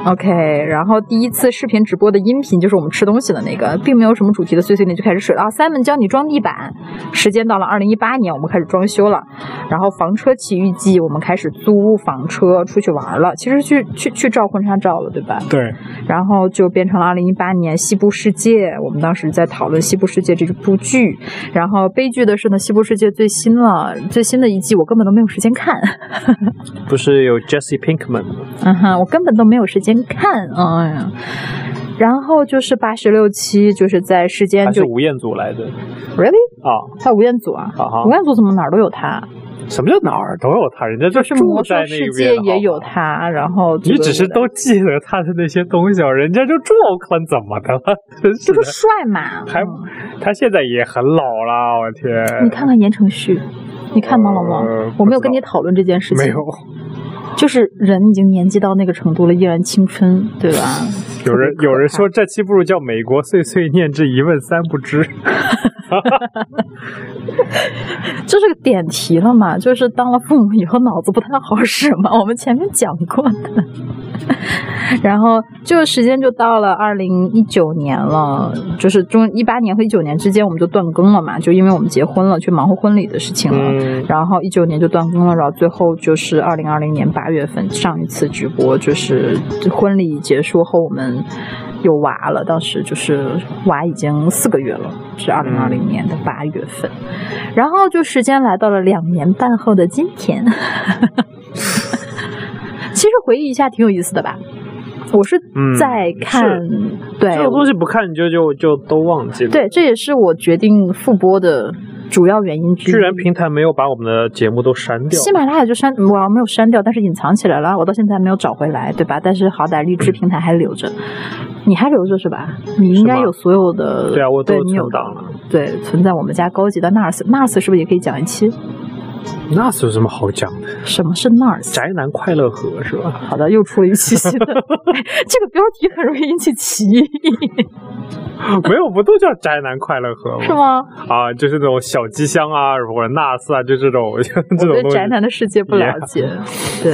B: ，OK，然后第一次视频直播的音频就是我们吃东西的那个，并没有什么主题的碎碎念就开始水了啊。Simon 教你装地板，时间到了二零一八年，我们开始装修了。然后房车奇遇记，我们开始租房车出去玩了，其实去去去照婚纱照了，对吧？
C: *laughs* 对，
B: 然后就变成了二零一八年《西部世界》，我们当时在讨论《西部世界》这部剧。然后悲剧的是呢，《西部世界》最新了，最新的一季我根本都没有时间看。
C: *laughs* 不是有 Jesse Pinkman 吗？
B: 嗯哼，我根本都没有时间看，哎呀。然后就是八十六期，就是在时间
C: 还
B: 就是
C: 吴彦祖来的
B: really，
C: 啊？
B: 还有吴彦祖啊，
C: 啊哈
B: 吴！彦祖怎么哪儿都有他，
C: 什么叫哪儿都有他？人家就
B: 就是
C: 住
B: 魔
C: 在
B: 兽
C: 那
B: 世
C: 边
B: 界，也有。他，然后
C: 你只是都记得他的那些东西哦，人家就住 Oakland 怎么的了？真是
B: 这
C: 的
B: 个，帅嘛，
C: 还
B: 嗯
C: 他现在也很老了，我天！
B: 你看看言承旭，你看吗，老王
C: 呃？
B: 我没有
C: 不知道
B: 跟你讨论这件事情，
C: 没有，
B: 就是人已经年纪到那个程度了，依然青春，对吧？
C: 有人有人说这期不如叫《美国碎碎念之一问三不知》，
B: 这是个点题了嘛，就是当了父母以后脑子不太好使嘛， *laughs* 我们前面讲过的。 *laughs* 然后就时间就到了二零一九年了，就是中一八年和一九年之间我们就断更了嘛，就因为我们结婚了，去忙活婚礼的事情了。
C: *laughs* 嗯，
B: 然后一九年就断更了，然后最后就是二零二零年八月份上一次直播，就是婚礼结束后我们有娃了，当时就是娃已经四个月了，是二零二零年的八月份，然后就时间来到了两年半后的今天， *laughs* 其实回忆一下挺有意思的吧，我是
C: 嗯
B: 在看，对，
C: 这种东西不看就就就都忘记了。，
B: 对，这也是我决定复播的主要原因之一。
C: 居然平台没有把我们的节目都删掉，
B: 喜马拉雅就删，我没有删掉，但是隐藏起来了，我到现在还没有找回来，对吧？但是好歹荔枝平台还留着，你还留着是吧？你应该
C: 是吗
B: 有所有的，
C: 对啊，我都
B: 对你有
C: 存档了。
B: 对存在我们家高级的 NARS，NARS 是不是也可以讲一期？
C: 那是有什么好讲的？
B: 什么是 NARS？
C: 宅男快乐盒是吧？ *laughs*
B: 好的，又出了一期新的，哎这个标题很容易引起歧义，
C: 没有，不都叫宅男快乐盒吗？
B: 是？吗？
C: 啊，就是那种小机箱啊，或者 NAS 啊，就这种 *laughs* 这
B: 我
C: 种
B: 对
C: 东西
B: 宅。男的世界不了解。对，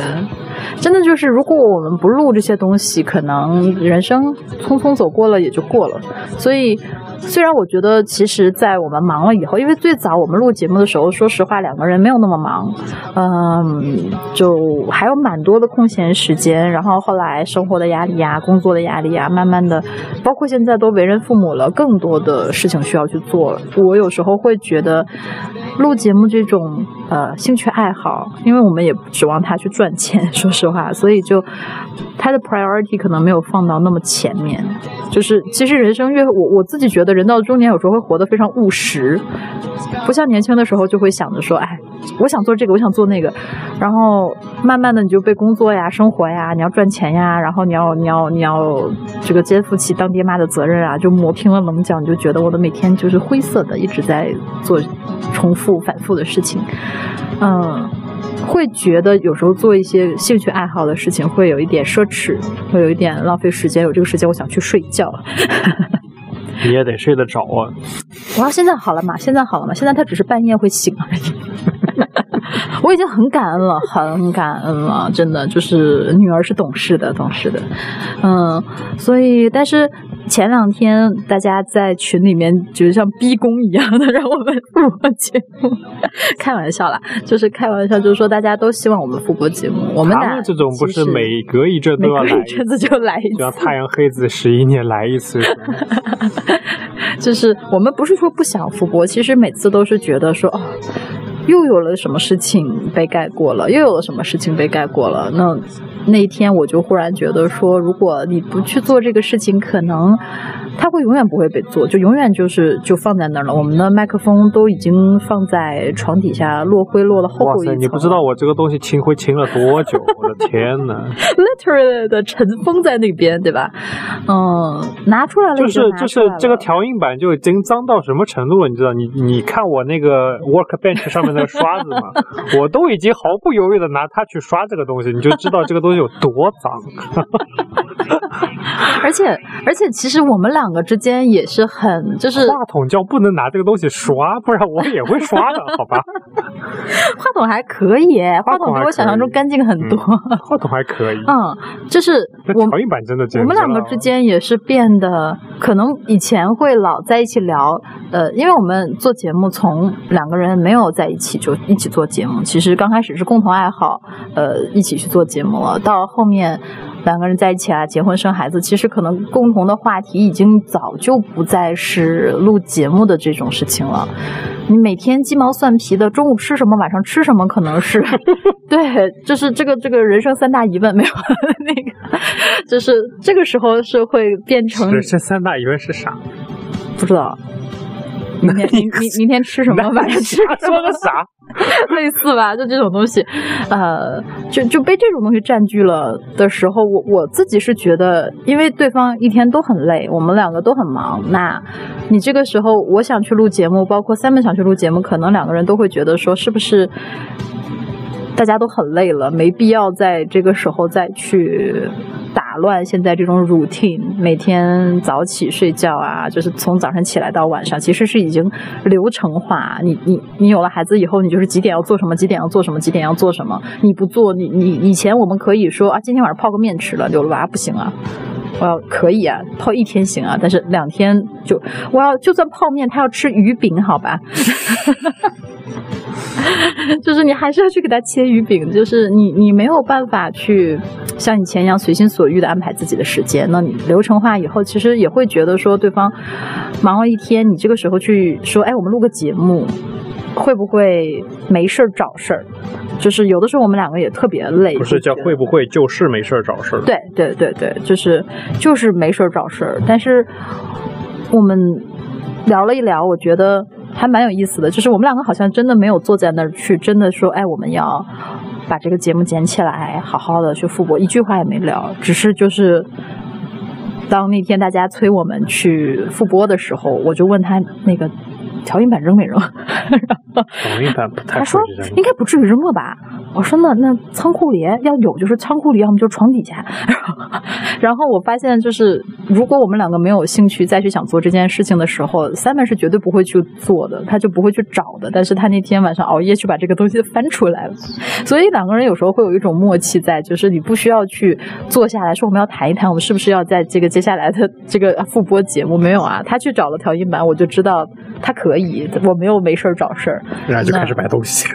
B: 真的就是，如果我们不录这些东西，可能人生匆匆走过了也就过了。所以虽然我觉得，其实，在我们忙了以后，因为最早我们录节目的时候，说实话，两个人没有那么忙，嗯，就还有蛮多的空闲时间。然后后来生活的压力呀、工作的压力呀，慢慢的，包括现在都为人父母了，更多的事情需要去做了。我有时候会觉得，录节目这种呃兴趣爱好，因为我们也不指望他去赚钱，说实话，所以就他的 priority 可能没有放到那么前面。就是其实人生越我我自己觉得人到中年有时候会活得非常务实，不像年轻的时候就会想着说，哎，我想做这个，我想做那个，然后慢慢的你就被工作呀、生活呀、你要赚钱呀，然后你要你要你要这个肩负起当爹妈的责任啊，就磨平了棱角，你就觉得我的每天就是灰色的，一直在做重复反复的事情，嗯。会觉得有时候做一些兴趣爱好的事情会有一点奢侈，会有一点浪费时间。有这个时间，我想去睡觉。
C: 你也得睡得着啊。
B: 哇，现在好了嘛？现在好了嘛？现在他只是半夜会醒而已。 *laughs* 我已经很感恩了，很感恩了，真的就是女儿是懂事的，懂事的，嗯，所以但是前两天大家在群里面就是像逼宫一样的 *laughs* 让我们复播节目， *laughs* 开玩笑啦，就是开玩笑，就是说大家都希望我们复播节目，我们
C: 他
B: 俩
C: 们这种不
B: 其
C: 是
B: 实
C: 每隔一阵
B: 每
C: 都要
B: 隔
C: 来
B: 一
C: 一
B: 阵子
C: 次，
B: 就来一
C: 就像
B: 次，
C: 太阳黑子十一年来一次。
B: *laughs* 就是我们不是说不想复播，其实每次都是觉得说哦。又有了什么事情被盖过了，又有了什么事情被盖过了。那那一天我就忽然觉得说，如果你不去做这个事情，可能它会永远不会被做，就永远就是就放在那儿了。我们的麦克风都已经放在床底下落灰落了厚
C: 哇
B: 厚一
C: 塞，
B: 层，
C: 你不知道我这个东西清灰清了多久，我的天呐！
B: literally 的尘封在那边，对吧？嗯，拿出来了
C: 就
B: 已经
C: 是
B: 拿
C: 就
B: 出来
C: 是
B: 了
C: 这个调音板就已经脏到什么程度了，你知道？你你看我那个 Workbench 上面那个刷
B: *laughs*
C: 子嘛，我都已经毫不犹豫的拿它去刷这个东西，你就知道这个东西有多
B: *laughs*
C: 脏。
B: 而且而且，其实我们两个之间也是很，就是
C: 话筒叫不能拿这个东西刷，不然我也会刷的，好吧？
B: 话筒还可以，话筒比我想象中干净很多。
C: 话筒还可
B: *laughs*
C: 以，
B: 嗯，就是
C: 那
B: 我
C: 嗯调音板真的简
B: 我
C: 直
B: 们两个
C: 了
B: 之间也是变得，可能以前会老在一起聊，呃，因为我们做节目从两个人没有在一起就一起做节目，其实刚开始是共同爱好，呃，一起去做节目了，到后面两个人在一起啊，结婚生孩子，其实可能共同的话题已经早就不再是录节目的这种事情了。你每天鸡毛蒜皮的，中午吃什么，晚上吃什么，可能
C: *laughs*
B: 是对，就是这个这个人生三大疑问没有那个，就是这个时候是会变成
C: 人生三大疑问是啥？
B: 不知道。明天明明明天吃什么，晚上吃
C: 他
B: 什
C: 说
B: 么
C: 的，
B: *laughs*
C: 啥？
B: 类似吧，就这种东西，呃，就就被这种东西占据了的时候，我我自己是觉得，因为对方一天都很累，我们两个都很忙，那你这个时候我想去录节目，包括 Simon 想去录节目，可能两个人都会觉得说，是不是大家都很累了，没必要在这个时候再去打乱现在这种 routine，每天早起睡觉啊，就是从早上起来到晚上，其实是已经流程化。你你你有了孩子以后，你就是几点要做什么，几点要做什么，几点要做什么，你不做，你你以前我们可以说啊，今天晚上泡个面吃了，有了娃不行啊。我要可以啊，泡一天行啊，但是两天就我要就算泡面，他要吃鱼饼，好吧？ *laughs* 就是你还是要去给他切鱼饼，就是你你没有办法去像以前一样随心所欲的安排自己的时间。那你流程化以后，其实也会觉得说对方忙了一天，你这个时候去说，哎，我们录个节目，会不会没事儿找事儿？就是有的时候我们两个也特别累，
C: 不是
B: 就
C: 叫
B: 觉得
C: 会不会就事没事儿找事儿？
B: 对对对对，就是就是没事儿找事儿。但是我们聊了一聊，我觉得还蛮有意思的。就是我们两个好像真的没有坐在那儿去真的说，哎，我们要把这个节目捡起来，好好的去复播，一句话也没聊，只是就是。当那天大家催我们去复播的时候，我就问他那个调音板扔没扔？ *laughs* 然后
C: 抖音版不太
B: 他说
C: 会扔
B: 应。该不至于扔了吧？我说那那仓库里要有就是仓库里，要么就是床底下。 *laughs* 然后我发现就是，如果我们两个没有兴趣再去想做这件事情的时候，Simon 是绝对不会去做的，他就不会去找的。但是他那天晚上熬夜去把这个东西翻出来了，所以两个人有时候会有一种默契在，就是你不需要去坐下来说我们要谈一谈，我们是不是要在这个接下来的这个复播节目没有啊？他去找了调音板，我就知道他可以，我没有没事儿找事儿。
C: 然后就开始买东西，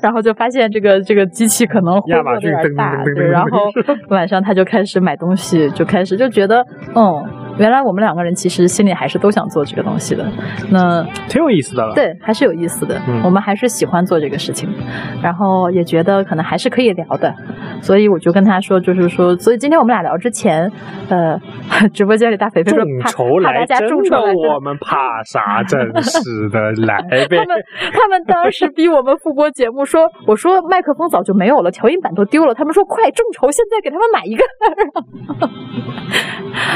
B: 然后就发现这个这个机器可能会
C: 亚马
B: 有
C: 逊
B: 点
C: 噔噔
B: 大，
C: 噔噔
B: 对，
C: 噔 *laughs*
B: 然后 *laughs* 晚上他就开始买东西，就开始就觉得，嗯，原来我们两个人其实心里还是都想做这个东西的，那
C: 挺有意思的了。，
B: 对还是有意思的，
C: 嗯
B: 我们还是喜欢做这个事情，然后也觉得可能还是可以聊的，所以我就跟他说，就是说，所以今天我们俩聊之前，呃， *laughs* 直播间里大 *laughs* 肥肥说
C: 众
B: 怕
C: 筹
B: 怕大
C: 来
B: 家
C: 真
B: 众筹来
C: 的，
B: 真的
C: 我们怕
B: *laughs*
C: 啥？真是的，来呗
B: 他！们他们当时逼我们复播节目说，我说麦克风早就没有了，调音板都丢了。他们说快众筹，现在给他们买一个。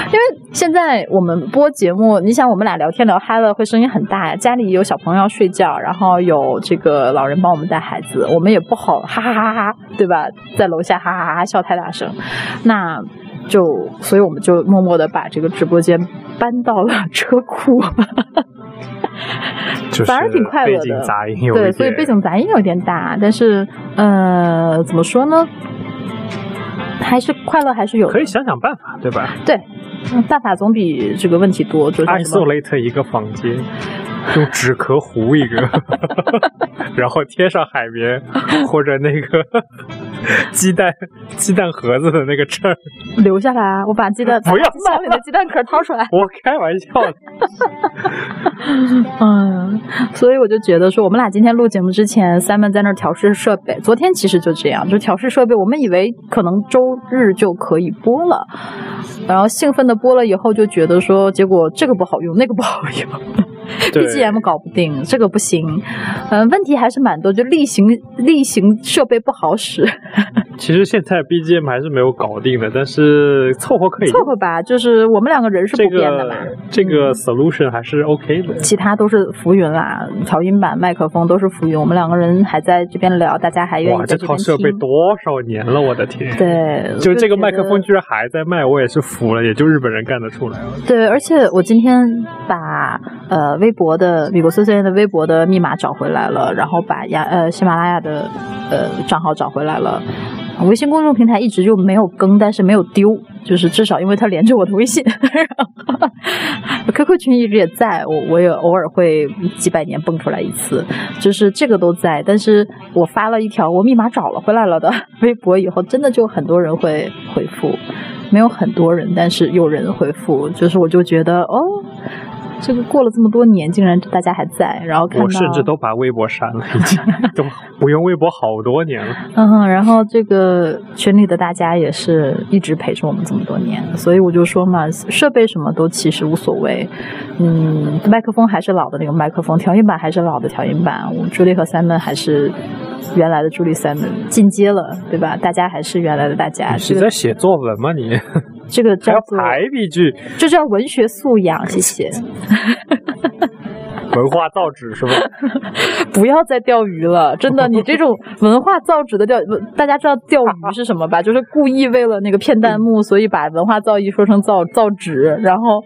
B: 因为现在我们播节目，你想我们俩聊天聊嗨了，会声音很大呀。家里有小朋友要睡觉，然后有这个老人帮我们带孩子，我们也不好哈哈哈哈，对吧？在楼下哈哈哈哈笑太大声，那。就，所以我们就默默的把这个直播间搬到了车库。
C: 就是
B: 反而挺快乐的
C: 背景杂音有一
B: 对，
C: 点
B: 所以背景杂音有点大，但是呃，怎么说呢？还是快乐还是有的
C: 可以想想办法，对吧
B: 对，嗯办法总比这个问题多。就是什么
C: ？isolate 一个房间，用纸壳糊一个， *laughs* 然后贴上海绵或者那个 *laughs* 鸡蛋鸡蛋盒子的那个衬儿。
B: 留下来啊！我把鸡蛋
C: 不要
B: 把下面的鸡蛋壳掏出来。
C: 我开玩笑的，
B: 嗯，所以我就觉得说，我们俩今天录节目之前，Simon 在那儿调试设备。昨天其实就这样，就调试设备。我们以为可能周日就可以播了，然后兴奋的播了以后，就觉得说，结果这个不好用，那个不好用。 *laughs*
C: 对
B: BGM 搞不定，这个不行，嗯、问题还是蛮多，就例行例行设备不好使，
C: 哎其实现在 BGM 还是没有搞定的，但是凑合可以
B: 凑
C: 用。
B: 合吧，就是我们两个人是
C: 这
B: 不变的嘛。嗯
C: 个这个 solution 还是 OK 的，
B: 其他都是浮云啦，调音板、麦克风都是浮云。我们两个人还在这边聊，大家还愿意
C: 哇，
B: 在
C: 这
B: 这
C: 套
B: 边
C: 设备
B: 听。
C: 多少
B: *laughs*
C: 年了，我的天！，
B: 对，
C: 就这个麦克风
B: 就
C: 居然还在卖，我也是服了，也就日本人干得出来了。
B: 觉得。对，而且我今天把呃微博的美国碎碎念的微博的密码找回来了，然后把雅呃喜马拉雅的呃账号找回来了。微信公众平台一直就没有更，但是没有丢，就是至少因为它连着我的微信。QQ 群一直也在，我我也偶尔会几百年蹦出来一次，就是这个都在。但是我发了一条我密码找了回来了的 *laughs* 微博以后，真的就很多人会回复，没有很多人，但是有人回复，就是我就觉得哦，这个过了这么多年，竟然大家还在，然后看到
C: 我甚至都把微博删了，已
B: *laughs*
C: 经都我用微博好多年了。
B: 嗯哼，然后这个群里的大家也是一直陪着我们这么多年，所以我就说嘛，设备什么都其实无所谓，嗯，麦克风还是老的那个麦克风，调音板还是老的调音板，我们朱莉和 Simon 还是原来的朱莉 Simon 进阶了，对吧？大家还啊是原来的大家，这
C: 你是
B: 个
C: 在写作文吗你？
B: 这个
C: 还
B: 叫
C: 要
B: 做
C: 排比句，
B: 这叫文学素养，谢谢，
C: 文化造纸
B: *laughs*
C: 是吧？
B: 不要再钓鱼了，真的，你这种文化造纸的钓， *laughs* 大家知道钓鱼是什么吧？就是故意为了那个骗弹幕，所以把文化造诣说成造造纸，然后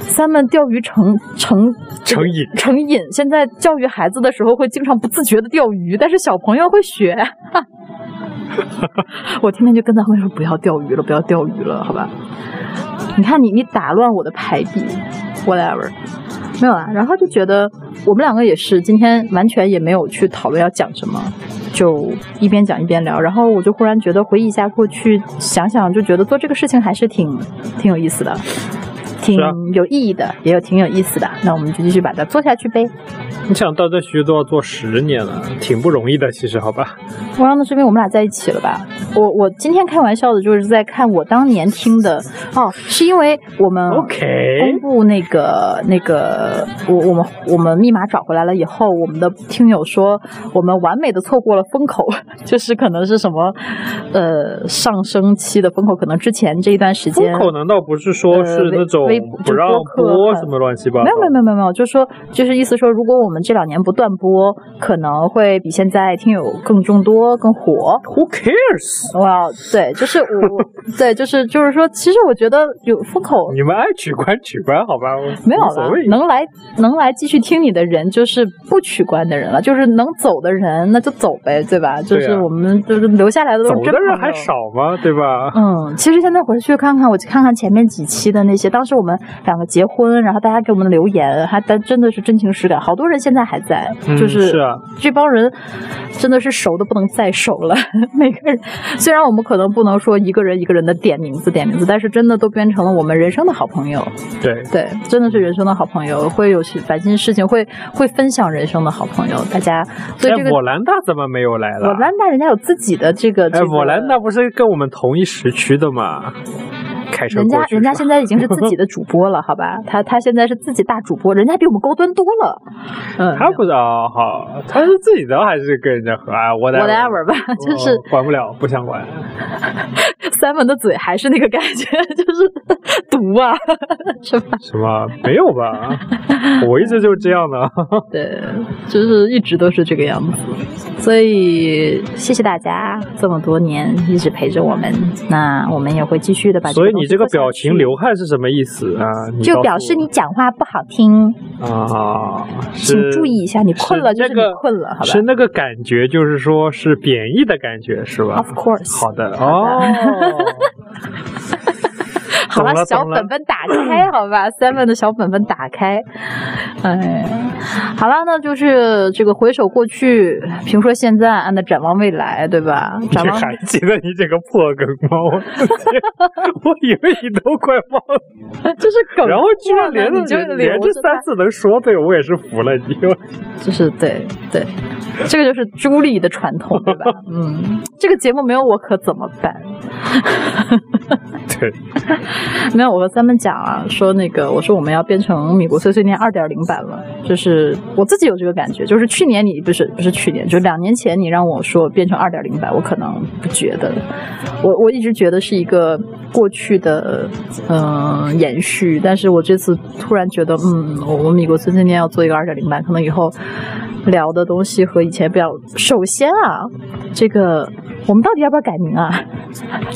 B: 三们钓鱼成成
C: 成瘾
B: 成瘾。现在教育孩子的时候会经常不自觉的钓鱼，但是小朋友会学。 *laughs* 我天天就跟他们说不要钓鱼了，不要钓鱼了，好吧？你看你你打乱我的排比，whatever。没有啦，啊然后就觉得我们两个也是今天完全也没有去讨论要讲什么，就一边讲一边聊。然后我就忽然觉得回忆一下过去，想想就觉得做这个事情还是挺挺有意思的，挺
C: 是啊
B: 有意义的，也有挺有意思的。那我们就继续把它做下去呗。
C: 你想到这学都要做十年了，挺不容易的，其实好吧？
B: 我让那是因为我们俩在一起了吧？我我今天开玩笑的就是在看我当年听的哦，是因为我们
C: 哦 OK，
B: 公布那个那个，我我们我们密码找回来了以后，我们的听友说我们完美的错过了风口， *laughs* 就是可能是什么呃上升期的风口，可能之前这一段时
C: 风
B: 间。
C: 口难道不是说是那种
B: 呃微微博
C: 不让
B: 就播客
C: 播什么乱七八糟，
B: 没有没有没有没有没有，就是说就是意思说，如果我们这两年不断播，可能会比现在听友更众多、更火。
C: ，Who cares？
B: 哇，对，就是我，我 *laughs* 对，就是就是说，其实我觉得有风口
C: 你们爱取关取关好吧，
B: 没有
C: 无所
B: 了
C: 谓，。
B: 能来能来继续听你的人，就是不取关的人了，就是能走的人那就走呗，对吧？就
C: 对啊
B: 是我们就是留下来的都是
C: 走
B: 真
C: 的人
B: 朋
C: 还
B: 友
C: 少吗？对吧？
B: 嗯，其实现在回去看看，我去看看前面几期的那些，当时我们两个结婚，然后大家给我们留言，还但真的是真情实感，好多人现在还在，
C: 嗯
B: 就是
C: 啊
B: 这帮人真的是熟的不能再熟了。 *laughs* 每个人虽然我们可能不能说一个人一个人的点名字点名字，但是真的都变成了我们人生的好朋友。
C: 对，
B: 对，真的是人生的好朋友，会有些烦心事情会会分享人生的好朋友，大家对
C: 哎
B: 这个。，
C: 莫兰达怎么没有来了？
B: 我兰达人家有自己的这个，这
C: 哎，
B: 个
C: 莫兰达不是跟我们同一时区的吗？开车
B: 人
C: 过
B: 家
C: 去
B: 人家
C: 是吧
B: 现在已经是自己的主播了，好吧？他他现在是自己大主播，人家比我们高端多了。嗯
C: 他不知道好，他是自己的还是跟人家合啊？whatever？我的
B: ，whatever 吧，就是
C: 管不了，不想管。
B: Simon 的嘴还是那个感觉， *laughs* 就是 *laughs* 毒啊，是吧？
C: 什么没
B: *laughs*
C: 有吧？我一直就这样的。
B: 对，就是一直都是这个样子。所以谢谢大家这么多年一直陪着我们，那我们也会继续的把。
C: 所以你这个表情
B: 留。
C: 流汗是什么意思啊？你告
B: 就
C: 诉
B: 表示你讲话不好听，
C: 我啊，
B: 请
C: 是
B: 注意一下，你困了就是
C: 那
B: 你
C: 个
B: 困了，好吧
C: 是那个感觉，就是说是贬义的感觉，是吧
B: ？Of course，
C: 好的
B: *laughs*
C: 哦，
B: 好
C: 懂了
B: 小
C: 懂了
B: 本本打开，好
C: *laughs*
B: 吧，Seven 的小本本打开。哎，好了，那就是这个回首过去，评说现在，按的展望未来，对吧？展
C: 你 *laughs*
B: 望
C: 还记得你这个破梗吗？我我以为你都快忘
B: *laughs*
C: 了，
B: 就是梗，
C: 然后居然连
B: 你就
C: 着连
B: 着
C: 这三次能说对，我也是服了你。
B: 就是对对，这个就是朱莉的传统，对吧？嗯，这个节目没有我可怎么办？
C: *laughs* 对，
B: 没有，我和三们讲啊，说那个，我说我们要变成米国碎碎念二点零版了，就是我自己有这个感觉，就是去年你不是不是去年，就两年前你让我说变成二点零版，我可能不觉得，我我一直觉得是一个过去的嗯、呃延续，但是我这次突然觉得，嗯，我我们米国碎碎念要做一个二点零版，可能以后聊的东西和以前不一样。首先啊，这个我们到底要不要改名啊？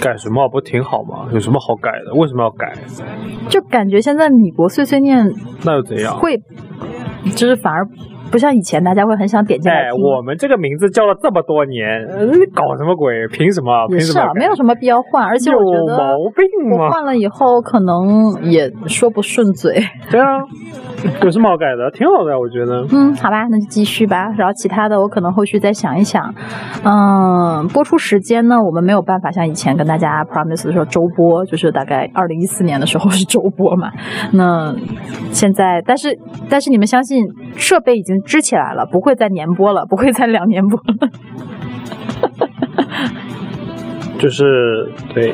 C: 改什么不挺好吗？有什么好改的？为什么要改？
B: 就感觉现在米国碎碎念
C: 那又怎样？
B: 会，就是反而不像以前大家会很想点进来
C: 哎，
B: 听。
C: 我们这个名字叫了这么多年，呃搞什么鬼？凭什么？凭
B: 也
C: 什
B: 是
C: 么
B: 啊
C: 改？，
B: 没有什么必要换，而且我觉
C: 有
B: 得
C: 毛病啊
B: 我
C: 吗？
B: 换了以后可能也说不顺嘴。
C: 对啊， *laughs* 有什么好改的？挺好的，我觉得。
B: 嗯，好吧，那就继续吧。然后其他的我可能后续再想一想。嗯，播出时间呢，我们没有办法像以前跟大家 promise 说周播，就是大概二零一四年的时候是周播嘛。 *laughs* 那现在，但是但是你们相信设备已经支起来了，不会再年播了，不会再两年播了。
C: 就是对，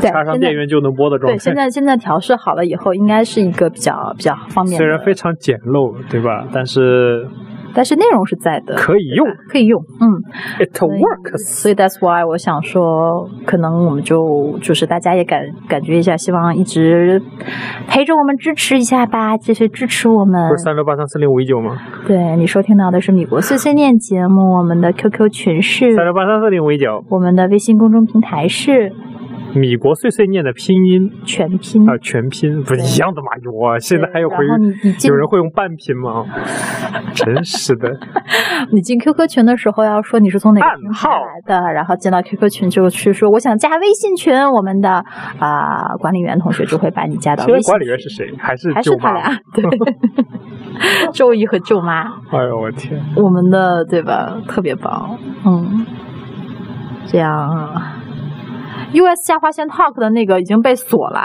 B: 对，
C: 插上
B: 现在
C: 电源就能播的状
B: 对，现
C: 态。
B: 在现在调试好了以后，应该是一个比较比较方便的，
C: 虽然非常简陋，对吧？但是
B: 但是内容是在的，
C: 可以用
B: 可以用，嗯
C: ，it
B: 所以嗯
C: works。
B: 所以 that's why 我想说，可能我们就就是大家也感感觉一下，希望一直陪着我们支持一下吧，继续支持我们
C: 不。是三六八三四零五一九吗？
B: 对你收听到的是米国碎碎念节目，我们的 QQ 群
C: 三
B: 是，
C: 六八三四零五一九，
B: 我们的微信公众平台是
C: 米国碎碎念的拼音
B: 全拼。
C: 啊、全拼不是
B: 嗯对
C: 一样的吗？有啊，现在还有
B: 对
C: 会
B: 然后你你进
C: 有人会用半拼吗？真
B: *laughs*
C: 是的，
B: 你进 QQ 群的时候要说你是从哪个
C: 暗
B: 平台
C: 号
B: 来的，然后进到 QQ 群就去说我想加微信群，我们的啊、管理员同学就会把你加到
C: 现在
B: 微信。
C: 管理员是？谁？还是
B: 还是
C: 舅
B: 他
C: 妈？
B: 俩？对，周一和舅妈，
C: 哎呦我天！
B: 我们的对吧？特别棒，嗯，这样。U.S. 下划线 Talk 的那个已经被锁了，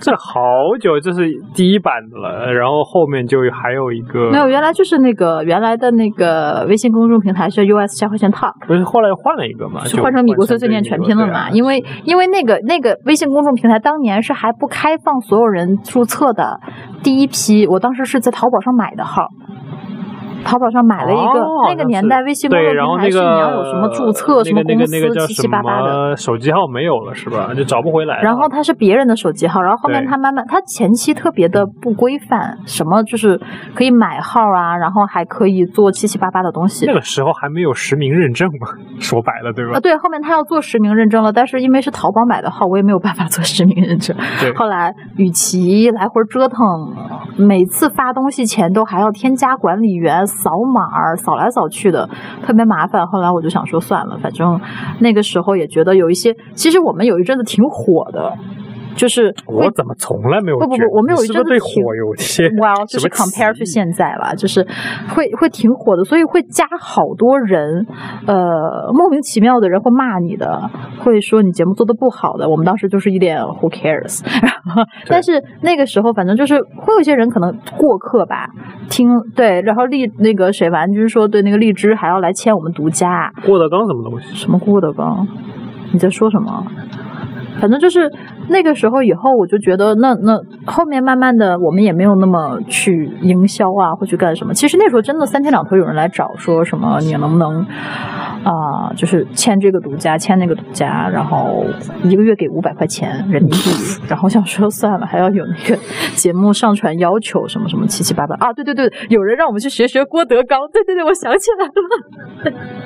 C: 这好久，这是第一版的了，然后后面就还有一个
B: 没，有，原来就是那个原来的那个微信公众平台是 U.S. 下划线 Talk。
C: 不是后来换了一个
B: 就
C: 嘛，啊就
B: 换成米国碎碎念
C: 对
B: 全拼了
C: 对
B: 嘛？
C: 啊
B: 因为因为那个那个微信公众平台当年是还不开放所有人注册的，第一批我当时是在淘宝上买的号，淘宝上买了一个，
C: 哦
B: 那个年代微信公众
C: 对，然后
B: 平台
C: 那
B: 是
C: 个
B: 你要有什么注册、
C: 那个那
B: 什么
C: 个
B: 公
C: 那个叫
B: 司，七
C: 什
B: 七八八的。
C: 么手机号没有了是吧？就找不回来了。
B: 然后它是别人的手机号，然后后面
C: 对嗯
B: 它慢慢，它前期特别的不规范，什么就是可以买号啊，然后还可以做七七八八的东西
C: 那。个时候还没有实名认证嘛，说白了对吧
B: 啊，？对，后面他要做实名认证了，但是因为是淘宝买的号，我也没有办法做实名认证。
C: *laughs* 对，
B: 后来与其来回折腾，每次发东西前都还要添加管理员扫码儿，扫来扫去的，特别麻烦。后来我就想说算了，反正那个时候也觉得有一些，其实我们有一阵子挺火的，就是
C: 我怎么从来没有
B: 不不不
C: 觉得
B: 我们有
C: 你
B: 一
C: 是不是
B: 阵子
C: 对
B: 挺
C: 火有些
B: 哇，就
C: 什
B: 是
C: 么
B: compare to
C: 歧义
B: 现在吧，就是会会挺火的，所以会加好多人，呃，莫名其妙的人会骂你的，会说你节目做的不好的。我们当时就是一脸 who cares，然 *laughs* 后但是那个时候反正就是会有一些人可能过客吧，听对，然后荔那个水丸君说对那个荔枝还要来签我们独家，
C: 郭德纲什么东西？
B: 什么郭德纲？你在说什么？反正就是那个时候以后，我就觉得那那后面慢慢的，我们也没有那么去营销啊，或去干什么。其实那时候真的三天两头有人来找，说什么你能不能啊、就是签这个独家，签那个独家，然后一个月给五百块钱人民币。然后想说算了，还要有那个节目上传要求什么什么七七八八啊，对对对，有人让我们去学学郭德纲，对对对，我想起来了。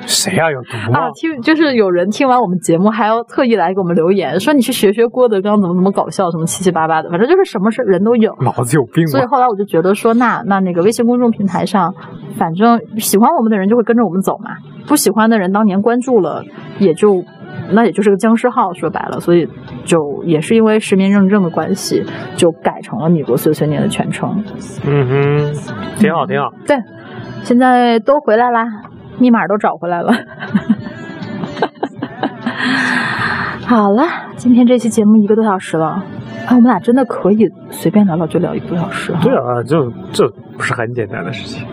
C: 谁呀、有毒吗
B: 啊，？听就是有人听完我们节目，还要特意来给我们留言，说你去学学郭德纲怎么怎么搞笑，什么七七八八的，反正就是什么事人都有。
C: 脑子有病
B: 所以
C: 吗？
B: 后来我就觉得说，那那那个微信公众平台上，反正喜欢我们的人就会跟着我们走嘛，不喜欢的人当年关注了，也就那也就是个僵尸号，说白了，所以就也是因为实名认证的关系，就改成了米国碎碎念的全称。
C: 嗯哼，挺好挺好。
B: 对，现在都回来啦，密码都找回来了。 *laughs* 好了，今天这期节目一个多小时了，啊，我们俩真的可以随便聊聊就聊一个多小时哈。
C: 对啊，这这不是很简单的事情。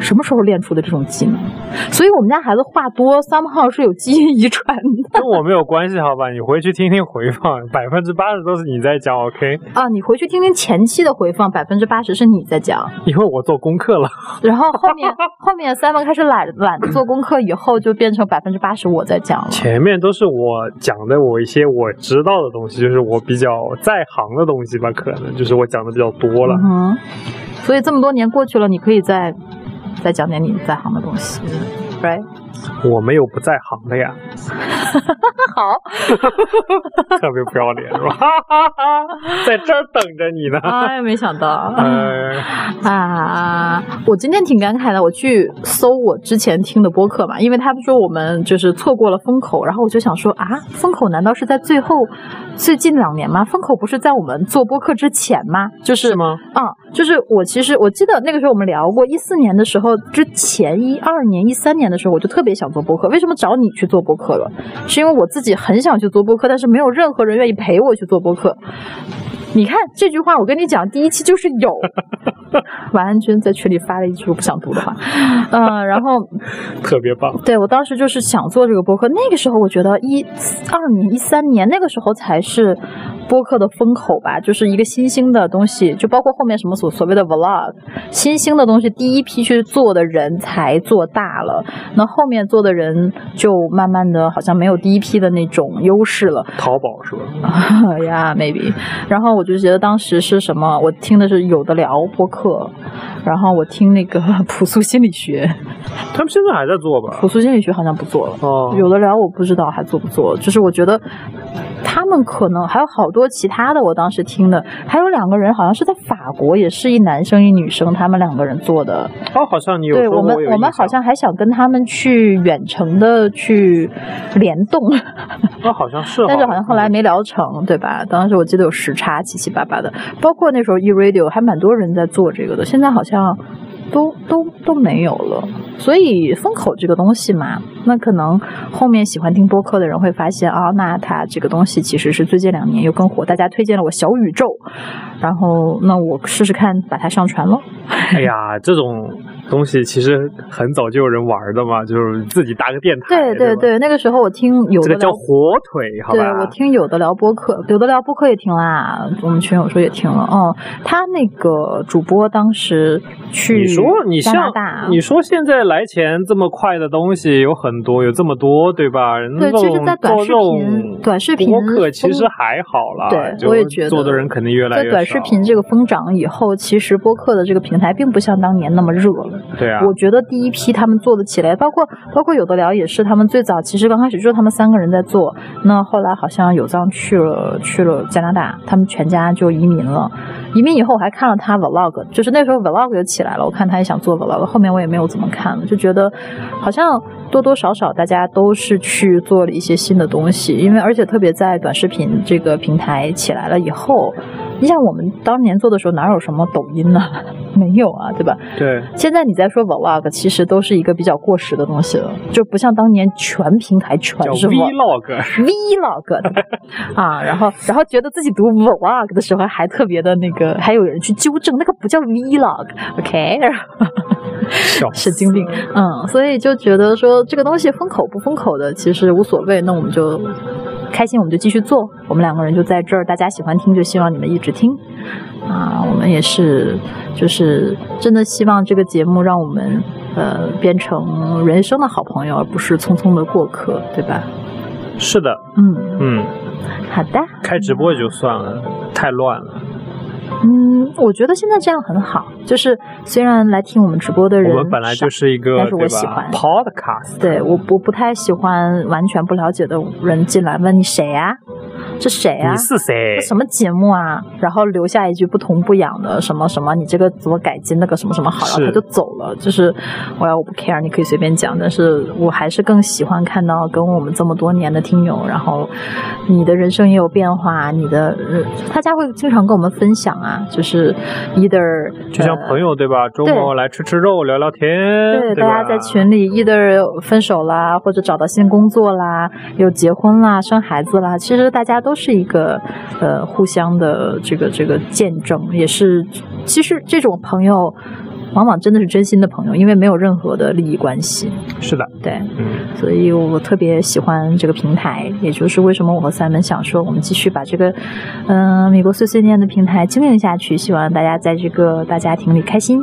B: 什么时候练出的这种技能？所以我们家孩子话多，somehow 是有基因遗传的 *laughs*
C: 跟我没有关系，好吧？你回去听听回放，百分之八十都是你在讲，OK？
B: 啊。你回去听听前期的回放，百分之八十是你在讲，
C: 因为我做功课了。
B: 然后后面后面 Simon 开始懒懒得做功课以后，就变成百分之八十我在讲了。
C: 前面都是我讲的我一些我知道的东西，就是我比较在行的东西吧，可能就是我讲的比较多了。
B: 嗯哼，所以这么多年过去了，你可以再再讲点你在行的东西，right？嗯
C: 我没有不在行
B: *laughs*
C: 的呀，
B: 好
C: 特别不要脸是吧？ *laughs* 在这儿等着你呢。
B: *laughs* 哎，没想到
C: 呃，
B: 啊！ *laughs* 我今天挺感慨的，我去搜我之前听的播客嘛，因为他们说我们就是错过了风口，然后我就想说啊，风口难道是在最后最近两年吗？风口不是在我们做播客之前吗？就是
C: 是吗？
B: 啊、就是我其实我记得那个时候我们聊过，一四年的时候之前，一二年、一三年的时候，我就特别想做播客。为什么找你去做播客了？是因为我自己很想去做播客，但是没有任何人愿意陪我去做播客。你看这句话，我跟你讲，第一期就是有。 *laughs* 晚安君在群里发了一句我不想读的话，嗯、然后
C: 特别棒。
B: 对我当时就是想做这个播客，那个时候我觉得一二年、一三年那个时候才是播客的风口吧，就是一个新兴的东西，就包括后面什么所所谓的 vlog，新兴的东西第一批去做的人才做大了，那后面做的人就慢慢的好像没有第一批的那种优势了，
C: 淘宝是吧？
B: *laughs* 呀、yeah,，maybe。然后我就觉得当时是什么，我听的是有的聊播客，然后我听那个 *laughs* 朴素心理学，
C: 他们现在还在做吧
B: 朴？素心理学好像不做了。
C: 哦，
B: 有的聊我不知道还做不做，就是我觉得他们可能还有好多其他的，我当时听的还有两个人好像是在法国，也是一男生一女生，他们两个人做的。
C: 哦，好像你有
B: 对
C: 说过
B: 我们
C: 有
B: 我们
C: 印象
B: 好像还想跟他们去远程的去联动，
C: 哦，好像 *laughs* 是，
B: 但是好像后来没聊成，对吧？当时我记得有时差七七八八的，包括那时候 E Radio 还蛮多人在做这个的，现在好像都都都没有了。所以风口这个东西嘛，那可能后面喜欢听播客的人会发现啊，那它这个东西其实是最近两年又更火，大家推荐了我小宇宙，然后那我试试看把它上传喽。
C: 哎呀，这种东西其实很早就有人玩的嘛，就是自己搭个电台。
B: 对对
C: 是吧，
B: 对，那个时候我听有
C: 这
B: 的
C: 个
B: 聊
C: 叫，火腿，好
B: 对我
C: 吧？
B: 听有的聊播客，有的聊播客也听啦，我们群友说也听了。哦，他那个主播当时去
C: 你说你
B: 加拿
C: 像
B: 大，啊
C: 你说现在来钱这么快的东西有很多，有这么多，对吧？
B: 对，
C: 那
B: 其
C: 种
B: 实，在短
C: 做这
B: 视
C: 种
B: 频，短视频
C: 播客其实
B: 风
C: 还好啦，
B: 对
C: 就
B: 我也觉得
C: 做的人肯定越来
B: 在
C: 越少。
B: 短视频这个疯涨以后，其实播客的这个平台并不像当年那么热了。
C: 对啊，
B: 我觉得第一批他们做的起来，包括包括有的聊也是，他们最早其实刚开始就是他们三个人在做，那后来好像有藏去了去了加拿大，他们全家就移民了。移民以后我还看了他 vlog，就是那时候 vlog 就起来了，我看他也想做 vlog，后面我也没有怎么看了，就觉得好像多多少少大家都是去做了一些新的东西，因为而且特别在短视频这个平台起来了以后。你像我们当年做的时候，哪有什么抖音呢？ *laughs* 没有啊，对吧？
C: 对
B: 现在你在说 vlog，其实都是一个比较过时的东西了，就不像当年全平台全
C: 叫
B: 是 vlog。
C: vlog， *laughs*
B: vlog 的 *laughs* 啊，然后然后觉得自己读 vlog 的时候还特别的那个，还有人去纠正那个不叫 vlog，OK，、然后
C: 笑死
B: 神经病，嗯，所以就觉得说这个东西封口不封口的其实无所谓，那我们就开心，我们就继续做，我们两个人就在这儿，大家喜欢听就希望你们一直听啊，我们也是就是真的希望这个节目让我们呃变成人生的好朋友，而不是匆匆的过客，对吧？
C: 是的，
B: 嗯，
C: 嗯，
B: 好的，
C: 开直播就算了，太乱了。
B: 嗯，我觉得现在这样很好，就是虽然来听我们直播的人，
C: 我们本来就是一个
B: 但是我
C: 对
B: 喜
C: 吧
B: 欢
C: ？Podcast，
B: 对我不不太喜欢完全不了解的人进来问你谁呀、这谁呀、
C: 你是谁
B: 这？什么节目啊？然后留下一句不痛不痒的什么什么，你这个怎么改进，那个什么什么好，然后
C: 是
B: 他就走了。就是我要我不 care，你可以随便讲，但是我还是更喜欢看到跟我们这么多年的听友，然后你的人生也有变化，你的、呃大家会经常跟我们分享啊，就是 either
C: 就像
B: 呃
C: 朋友对吧？周末来吃吃肉，聊聊天，
B: 对，
C: 对
B: 大家
C: 吧
B: 在群里 either 分手啦，或者找到新工作啦，有结婚啦，生孩子啦，其实大家都是一个呃互相的这个这个见证，也是其实这种朋友往往真的是真心的朋友，因为没有任何的利益关系，
C: 是的，
B: 对。
C: 嗯，
B: 所以我特别喜欢这个平台，也就是为什么我和三门想说，我们继续把这个，嗯、美国碎碎念的平台经营下去，希望大家在这个大家庭里开心。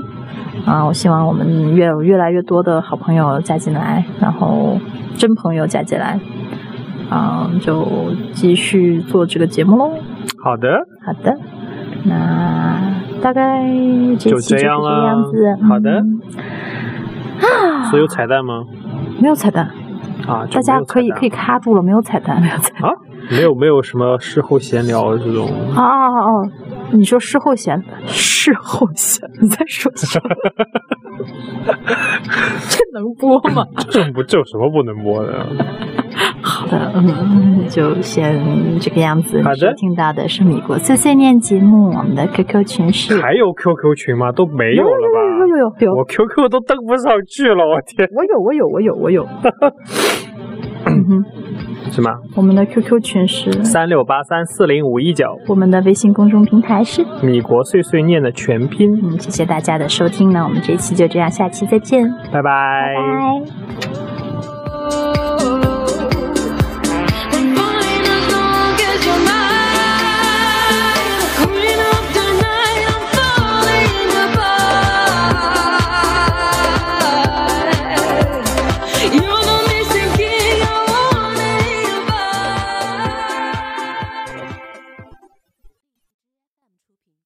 B: 啊，我希望我们越有越来越多的好朋友加进来，然后真朋友加进来，啊，就继续做这个节目喽。
C: 好的，
B: 好的，那大概这期
C: 就
B: 就是
C: 这
B: 这
C: 样啦
B: 样子。
C: 好的
B: 嗯啊
C: 所以有彩蛋吗？
B: 没有彩蛋，
C: 啊，就
B: 大家
C: 没有彩
B: 可以
C: 蛋
B: 可以卡住了，没有彩蛋，没有彩蛋。
C: 啊，没有没有什么事后闲聊这种， *laughs*
B: 哦哦哦，你说事后闲，事后闲，你在说什么？ *laughs* 这能播吗？
C: 这种不这有什么不能播的？
B: 好的，嗯，就先这个样子。
C: 好的
B: 你收听到的是米国碎碎念节目，我们的 QQ 群是
C: 还有 QQ 群吗？都没
B: 有有
C: 了
B: 有
C: 吧？
B: 有有，
C: 我 QQ 都登不上去了，我天，
B: 我有我有我有我有。嗯哼，
C: 什么？
B: 我们的 QQ 群是，
C: 三六八三四零五一九，
B: 我们的微信公众平台是。
C: 米国碎碎念的全拼，
B: 嗯，谢谢大家的收听呢，我们这期就这样，下期再见，拜
C: 拜
B: 拜。